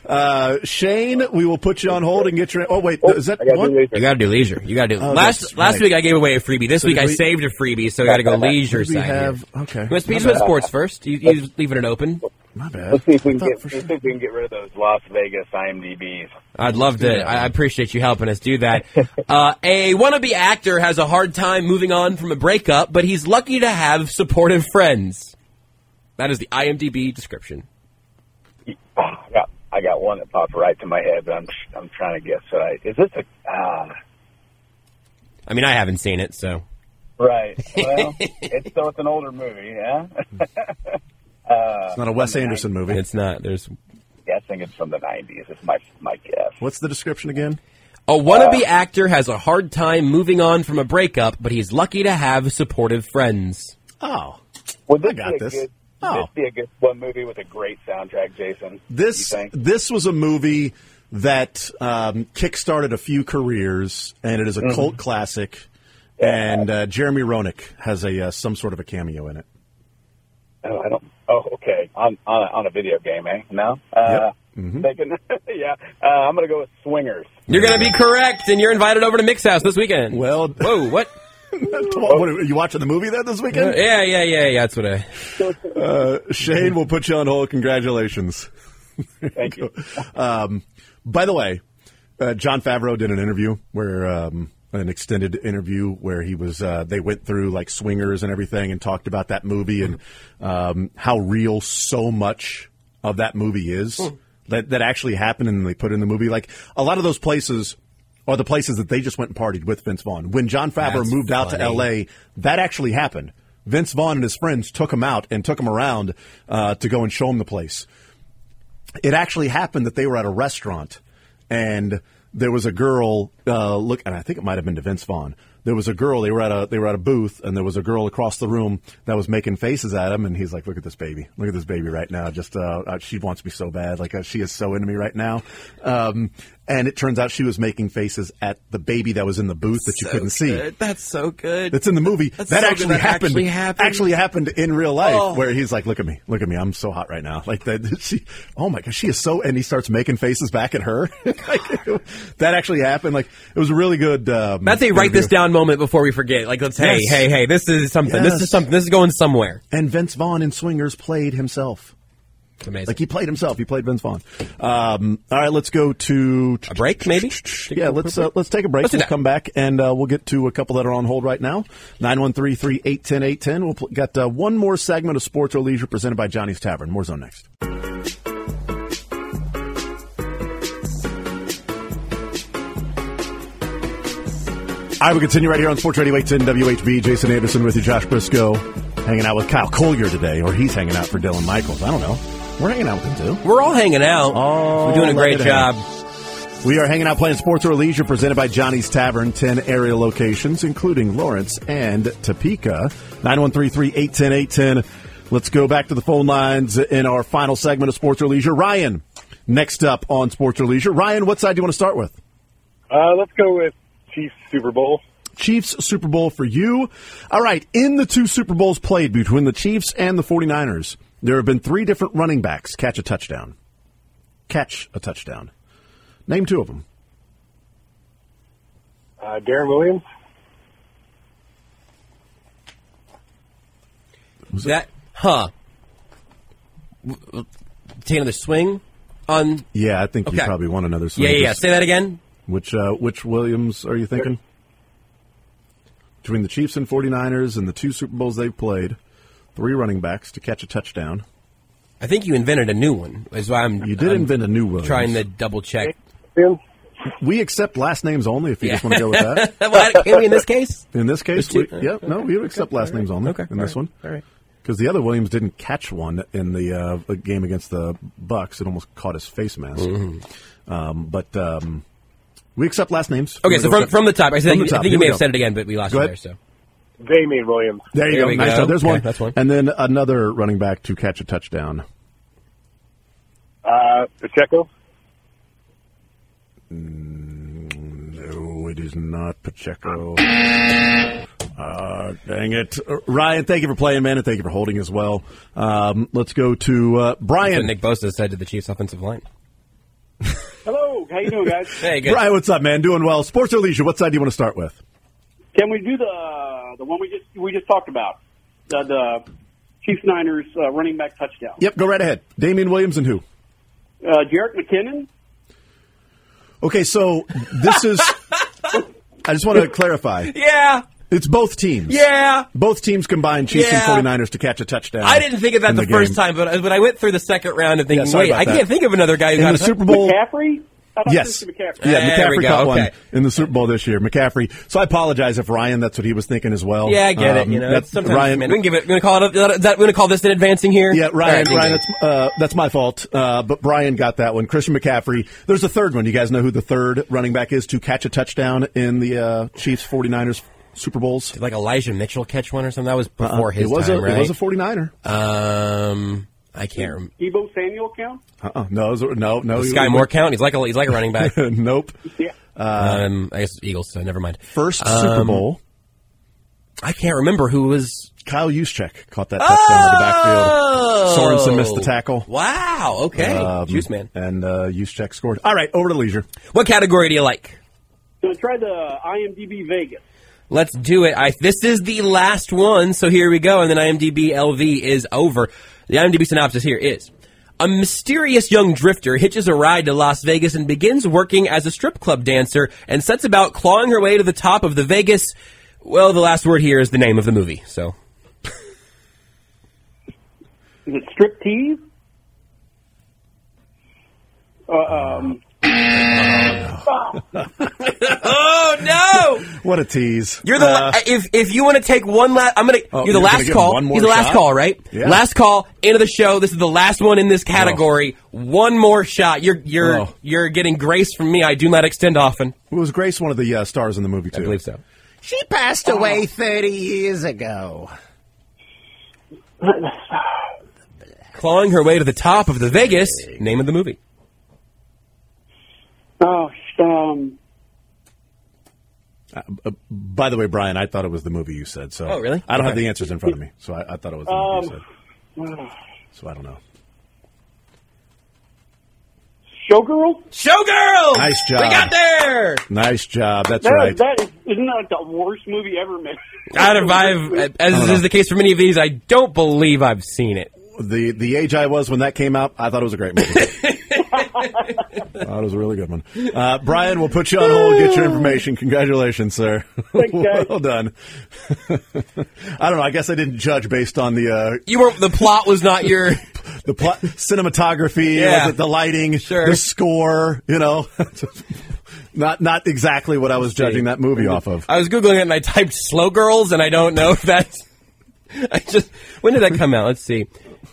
Speaker 3: Uh, Shane, we will put you on hold and get your. Oh wait, is that
Speaker 6: I got
Speaker 3: one?
Speaker 6: to
Speaker 4: you got to do leisure. You got to do.
Speaker 3: Oh, that's
Speaker 4: last last
Speaker 3: right.
Speaker 4: week I gave away a freebie. This week
Speaker 3: did
Speaker 4: I
Speaker 3: we-
Speaker 4: saved a freebie, so we got to go leisure
Speaker 3: Did we
Speaker 4: side. here.
Speaker 3: have- okay.
Speaker 4: You want to speak
Speaker 3: My
Speaker 4: about
Speaker 3: bad.
Speaker 4: sports first? You, you leaving it open?
Speaker 3: My bad.
Speaker 6: Let's see if we
Speaker 3: I
Speaker 6: can
Speaker 3: thought
Speaker 6: get
Speaker 3: for
Speaker 6: let's
Speaker 3: sure-
Speaker 6: see if we can get rid of those Las Vegas IMDb's.
Speaker 4: I'd love to. I I appreciate you helping us do that. Uh, a wannabe actor has a hard time moving on from a breakup, but he's lucky to have supportive friends. That is the IMDb description.
Speaker 6: I got I got one that popped right to my head, but I'm I'm trying to guess. Right? Is this a ah?
Speaker 4: I mean, I haven't seen it, so
Speaker 6: Right. Well, it's so it's an older movie. Yeah.
Speaker 3: It's not a Wes Anderson movie.
Speaker 4: it's not. There's
Speaker 6: yeah, I think it's from the '90s. It's my my guess.
Speaker 3: What's the description again?
Speaker 4: a
Speaker 3: Uh.
Speaker 4: wannabe actor has a hard time moving on from a breakup, but he's lucky to have supportive friends.
Speaker 3: Oh,
Speaker 6: Would this
Speaker 3: I got
Speaker 6: be a
Speaker 3: this.
Speaker 6: Good,
Speaker 3: Oh.
Speaker 6: would this be a good one movie with a great soundtrack, Jason.
Speaker 3: this
Speaker 6: you think?
Speaker 3: this was a movie that um, kickstarted a few careers, and it is
Speaker 6: Mm-hmm.
Speaker 3: a cult classic. And uh, Jeremy Roenick has a uh, some sort of a cameo in it.
Speaker 6: Oh, I don't. Oh, okay. On on a, on a video game, eh? No. Uh, Thinking, yeah. Uh, I'm gonna go with Swingers.
Speaker 4: You're gonna be correct, and you're invited over to Mix House this weekend.
Speaker 3: Well-
Speaker 4: whoa, what? Uh,
Speaker 3: What, are you watching the movie that this weekend?
Speaker 4: Yeah, yeah, yeah, yeah. That's what I.
Speaker 3: Shane, we'll put you on hold. Congratulations.
Speaker 6: Thank you.
Speaker 3: Um, by the way, uh, John Favreau did an interview where um, an extended interview where he was. Uh, they went through like swingers and everything and talked about that movie and um, how real so much of that movie is that that actually happened and they put in the movie. Like a lot of those places. Are the places that they just went and partied with Vince Vaughn. When John Favreau
Speaker 4: That's
Speaker 3: moved out to
Speaker 4: funny.
Speaker 3: LA, Hey, that actually happened. Vince Vaughn and his friends took him out and took him around uh, to go and show him the place. It actually happened that they were at a restaurant and there was a girl. Uh, look, and I think it might have been to Vince Vaughn. There was a girl. They were at a they were at a booth, and there was a girl across the room that was making faces at him, and he's like, "Look at this baby! Look at this baby right now! Just uh, uh, she wants me so bad. Like uh, she is so into me right now." Um, and it turns out she was making faces at the baby that was in the booth that you couldn't see
Speaker 4: That's so good.
Speaker 3: that's in the movie that
Speaker 4: so good.
Speaker 3: actually
Speaker 4: That
Speaker 3: happened
Speaker 4: actually happened.
Speaker 3: actually happened in real life
Speaker 4: Oh.
Speaker 3: where he's like look at me look at me i'm so hot right now like that she oh my god she is so and he starts making faces back at her like, that actually happened like it was a really good um,
Speaker 4: That's a write this
Speaker 3: interview.
Speaker 4: down moment before we forget. Like, let's hey,
Speaker 3: Yes.
Speaker 4: hey, hey. This is something. This
Speaker 3: Yes.
Speaker 4: is something. This is going somewhere.
Speaker 3: and vince vaughn in swingers played himself
Speaker 4: It's amazing.
Speaker 3: like he played himself he played vince vaughn um, all right let's go to
Speaker 4: a break, maybe.
Speaker 3: yeah, let's uh, let's take a break.
Speaker 4: Let's do
Speaker 3: We'll
Speaker 4: that.
Speaker 3: come back and uh, we'll get to a couple that are on hold right now. 913-3810-810. We'll pl- got uh, one more segment of Sports or Leisure presented by Johnny's Tavern. More zone next. All right, we continue right here on Sports Radio 810 WHB. Jason Anderson with you, Josh Briscoe, hanging out with Kyle Collier today, or he's hanging out for Dylan Michaels. I don't know. We're hanging out with him too.
Speaker 4: We're all hanging out.
Speaker 3: Oh,
Speaker 4: We're doing a
Speaker 3: look
Speaker 4: great
Speaker 3: at
Speaker 4: job.
Speaker 3: We are hanging out playing sports or leisure presented by Johnny's Tavern, 10 area locations, including Lawrence and Topeka. 9133-810-810. Let's go back to the phone lines in our final segment of sports or leisure. Ryan, next up on sports or leisure. Ryan, what side do you want to start with?
Speaker 8: Uh, let's go with Chiefs Super Bowl.
Speaker 3: Chiefs Super Bowl for you. All right, in the two Super Bowls played between the Chiefs and the 49ers, there have been three different running backs catch a touchdown. Catch a touchdown. Name two of them.
Speaker 8: Uh, Darren Williams.
Speaker 4: that, huh? Take another swing on.
Speaker 3: Yeah, I think you
Speaker 4: Okay.
Speaker 3: probably want another swing.
Speaker 4: Yeah, yeah, yeah.
Speaker 3: Just-
Speaker 4: Say that again.
Speaker 3: Which uh, which Williams are you thinking? Between the Chiefs and 49ers and the two Super Bowls they've played, three running backs to catch a touchdown.
Speaker 4: I think you invented a new one. Is why I'm.
Speaker 3: You did
Speaker 4: I'm
Speaker 3: invent a new Williams.
Speaker 4: Trying to double check.
Speaker 3: We accept last names only if you
Speaker 4: Yeah.
Speaker 3: just want to go with that.
Speaker 4: Well, can we in this case?
Speaker 3: In this case,
Speaker 4: Just two?
Speaker 3: we, yeah, no, we would accept last names only
Speaker 4: Okay,
Speaker 3: in this
Speaker 4: all
Speaker 3: one.
Speaker 4: right, all right.
Speaker 3: Because the other Williams didn't catch one in the uh, the game against the Bucks, it almost caught his face mask. Um, but um, we accept last names.
Speaker 4: Mm-hmm. Okay,
Speaker 3: We're
Speaker 4: so
Speaker 3: gonna
Speaker 4: from,
Speaker 3: go-
Speaker 4: from the top, I, said,
Speaker 3: From the
Speaker 4: I
Speaker 3: top,
Speaker 4: think
Speaker 3: here
Speaker 4: you may
Speaker 3: we
Speaker 4: have
Speaker 3: go.
Speaker 4: said it again, but we lost
Speaker 3: Go
Speaker 4: you
Speaker 3: ahead.
Speaker 4: there. So
Speaker 6: Damien Williams.
Speaker 3: There you
Speaker 4: There
Speaker 3: go.
Speaker 4: we
Speaker 3: Nice
Speaker 4: go.
Speaker 3: job. There's
Speaker 4: Okay,
Speaker 3: one.
Speaker 4: that's one.
Speaker 3: And then another running back to catch a touchdown.
Speaker 6: Uh, Pacheco.
Speaker 3: No, it is not Pacheco. Uh, dang it. Uh, Ryan, thank you for playing, man, and thank you for holding as well. Um, let's go to uh,
Speaker 4: That's what
Speaker 3: Brian.
Speaker 4: Nick Bosa said to the Chiefs' offensive line.
Speaker 6: Hello. How you doing, guys?
Speaker 4: Hey, good.
Speaker 3: Brian, what's up, man? Doing well. Sports or leisure? What side do you want to start with?
Speaker 9: Can we do the the one we just we just talked about the, the Chiefs Niners uh, running back touchdown?
Speaker 3: Yep, go right ahead. Damian Williams and who?
Speaker 9: Uh, Jarek McKinnon.
Speaker 3: Okay, so this is. I just want to clarify.
Speaker 4: Yeah,
Speaker 3: It's both teams.
Speaker 4: yeah.
Speaker 3: Both teams combined, Chiefs
Speaker 4: Yeah.
Speaker 3: and 49ers, to catch a touchdown.
Speaker 4: I didn't think of
Speaker 3: in
Speaker 4: that the,
Speaker 3: game.
Speaker 4: first time, but but I went through the second round and thinking,
Speaker 3: Yeah, sorry
Speaker 4: wait,
Speaker 3: about
Speaker 4: I
Speaker 3: that.
Speaker 4: can't think of another guy
Speaker 3: In
Speaker 4: who got
Speaker 3: the
Speaker 4: a touch-
Speaker 3: Super
Speaker 6: Oh.
Speaker 3: Bowl.
Speaker 9: McCaffrey. I thought
Speaker 3: Yes.
Speaker 9: it was McCaffrey.
Speaker 3: Yeah,
Speaker 4: There we
Speaker 3: McCaffrey
Speaker 4: go.
Speaker 3: caught one
Speaker 4: Okay.
Speaker 3: in the Super Bowl this year. McCaffrey. So I apologize if Ryan, that's what he was thinking as well.
Speaker 4: Yeah, I get it.
Speaker 3: Um,
Speaker 4: You know,
Speaker 3: that's
Speaker 4: sometimes
Speaker 3: Ryan.
Speaker 4: man, we can give it. We're gonna call it. A, that, we're gonna call this an advancing here.
Speaker 3: Yeah,
Speaker 4: All
Speaker 3: Ryan.
Speaker 4: right, you
Speaker 3: Ryan,
Speaker 4: did.
Speaker 3: that's uh, that's my fault. Uh, but Brian got that one. Christian McCaffrey. There's a third one. You guys know who the third running back is to catch a touchdown in the uh, Chiefs 49ers Super Bowls.
Speaker 4: Did, like Elijah Mitchell catch one or something. That was
Speaker 3: Uh,
Speaker 4: before his
Speaker 3: it was
Speaker 4: time,
Speaker 3: a
Speaker 4: right?
Speaker 3: it was a 49er.
Speaker 4: um, I can't remember.
Speaker 9: Debo Samuel count.
Speaker 3: Uh-uh. No, it was Uh, a- no, no.
Speaker 4: Sky Moore count. He's like a, he's like a running back.
Speaker 3: nope.
Speaker 4: um, I guess Eagles. So never mind.
Speaker 3: First
Speaker 4: Um,
Speaker 3: Super Bowl.
Speaker 4: I can't remember who was.
Speaker 3: Kyle Juszczyk caught that touchdown in the backfield.
Speaker 4: Oh!
Speaker 3: Sorensen missed the tackle.
Speaker 4: Wow. Okay.
Speaker 3: Um,
Speaker 4: Juice man.
Speaker 3: And uh, Juszczyk scored. All right, over to leisure.
Speaker 4: What category do you like?
Speaker 9: Gonna try the IMDb Vegas.
Speaker 4: Let's do it. I, this is the last one, so here we go. And then IMDb LV is over. The IMDb synopsis here is. A mysterious young drifter hitches a ride to Las Vegas and begins working as a strip club dancer and sets about clawing her way to the top of the Vegas. Well, the last word here is the name of the movie. So,
Speaker 9: Is it strip tease? Uh, um,
Speaker 4: oh no!
Speaker 3: What a tease. Uh,
Speaker 4: You're the la- if if you want to take one last, I'm gonna.
Speaker 3: Oh,
Speaker 4: you're the
Speaker 3: you're gonna
Speaker 4: last
Speaker 3: give
Speaker 4: call.
Speaker 3: one more
Speaker 4: He's the last
Speaker 3: shot?
Speaker 4: call, right?
Speaker 3: Yeah.
Speaker 4: Last call. End of the show. This is the last one in this category. One more shot. You're you're
Speaker 3: Oh.
Speaker 4: you're getting grace from me. I do not extend often.
Speaker 3: It was Grace one of the uh, stars in the movie, too?
Speaker 4: I believe so.
Speaker 10: She passed away 30 years ago.
Speaker 4: Clawing her way to the top of the Vegas. Name of the movie.
Speaker 9: oh, sh- um,
Speaker 3: Uh, By the way, Brian, I thought it was the movie you said. So
Speaker 4: Oh, really?
Speaker 3: I don't have
Speaker 4: Okay.
Speaker 3: the answers in front of me, so I, I thought it was the movie you
Speaker 9: uh,
Speaker 3: said. So I don't know.
Speaker 9: showgirl.
Speaker 4: Showgirls.
Speaker 3: Nice job.
Speaker 4: We got there.
Speaker 3: Nice job. That's
Speaker 9: That,
Speaker 3: right.
Speaker 9: that is isn't that the worst movie ever made?
Speaker 4: Out of I've, as is the case for many of these, I don't believe I've seen it.
Speaker 3: the the age I was when that came out, I thought it was a great movie. I thought it was a really good one. Uh, Brian, we'll put you on hold. Get your information. Congratulations, sir.
Speaker 9: Thanks, guys.
Speaker 3: well done. I don't know. I guess I didn't judge based on the uh,
Speaker 4: You weren't. The plot was not your.
Speaker 3: the plot, cinematography,
Speaker 4: Yeah.
Speaker 3: was it the lighting,
Speaker 4: Sure.
Speaker 3: the score, you know. not not exactly what I was judging that movie off of.
Speaker 4: I was googling it and I typed "slow girls" and I don't know if that's. I just when did that come out? Let's see,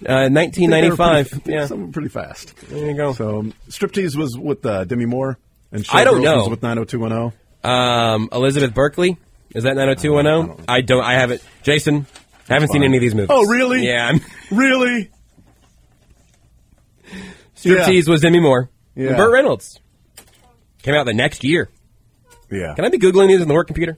Speaker 4: uh, nineteen ninety five.
Speaker 3: Pretty,
Speaker 4: Yeah,
Speaker 3: something pretty fast.
Speaker 4: there you go.
Speaker 3: So um, striptease was with uh, Demi Moore and
Speaker 4: I don't
Speaker 3: Showgirls
Speaker 4: know.
Speaker 3: was with 90210.
Speaker 4: Um, Elizabeth Berkley is that nine hundred two one zero? I don't. I haven't. Jason, I haven't seen
Speaker 3: fine.
Speaker 4: any of these movies.
Speaker 3: Oh, really?
Speaker 4: Yeah. I'm-
Speaker 3: Really?
Speaker 4: Striptease was Demi Moore.
Speaker 3: Yeah.
Speaker 4: And Burt Reynolds came out the next year.
Speaker 3: Yeah.
Speaker 4: Can I be googling these on the work computer?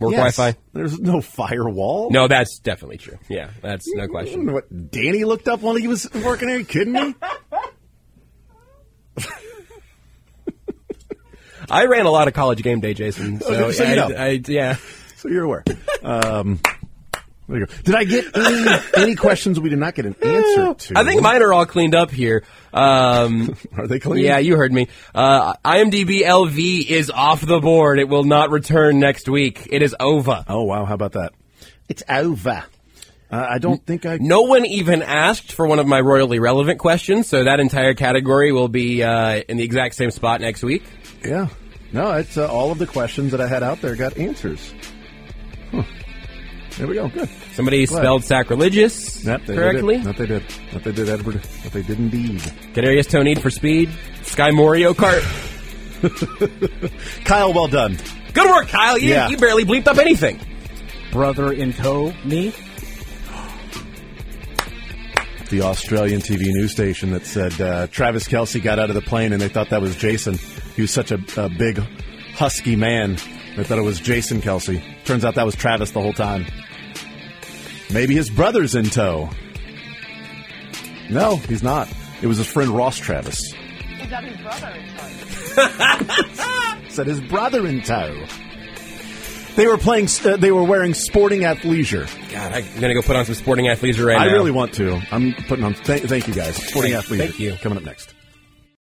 Speaker 4: Work
Speaker 3: Yes.
Speaker 4: Wi-Fi?
Speaker 3: There's no firewall.
Speaker 4: No, that's definitely true. Yeah, that's no
Speaker 3: I don't
Speaker 4: question.
Speaker 3: know what Danny looked up while he was working there. Are you kidding me?
Speaker 4: I ran a lot of college game day, Jason. So,
Speaker 3: Okay, so you
Speaker 4: I-
Speaker 3: know.
Speaker 4: I- yeah.
Speaker 3: so you're aware. Um, There you go. Did I get any, any questions we did not get an answer to?
Speaker 4: I think mine are all cleaned up here. Um,
Speaker 3: are they clean?
Speaker 4: Yeah, you heard me. Uh, IMDb LV is off the board. It will not return next week. It is over.
Speaker 3: Oh wow, how about that? It's over. Uh, I don't think I.
Speaker 4: No one even asked for one of my royally relevant questions, so that entire category will be uh, in the exact same spot next week.
Speaker 3: Yeah. No, it's uh, all of the questions that I had out there got answers. Huh. There we go. Good.
Speaker 4: Somebody
Speaker 3: Glad.
Speaker 4: spelled sacrilegious
Speaker 3: Yep, they
Speaker 4: correctly.
Speaker 3: Did it. That they did. That they did, Edward. That they did indeed.
Speaker 4: Canarius Toe Need for Speed. Sky Mario Kart.
Speaker 3: Kyle, well done.
Speaker 4: Good work, Kyle. You,
Speaker 3: Yeah.
Speaker 4: you barely bleeped up anything.
Speaker 11: Brother in tow, me.
Speaker 3: The Australian TV news station that said uh, Travis Kelsey got out of the plane and they thought that was Jason. He was such a, a big, husky man. They thought it was Jason Kelsey. Turns out that was Travis the whole time. Maybe his brother's in tow. No, he's not. It was his friend Ross Travis.
Speaker 2: Is that his brother?
Speaker 3: said his brother in tow. They were playing. Uh, they were wearing sporting athleisure.
Speaker 4: God, I'm gonna go put on some sporting athleisure right
Speaker 3: I
Speaker 4: now.
Speaker 3: really want to. I'm putting on. Thank, thank you guys. Sporting
Speaker 4: Thank-
Speaker 3: athleisure.
Speaker 4: thank you.
Speaker 3: Coming up next.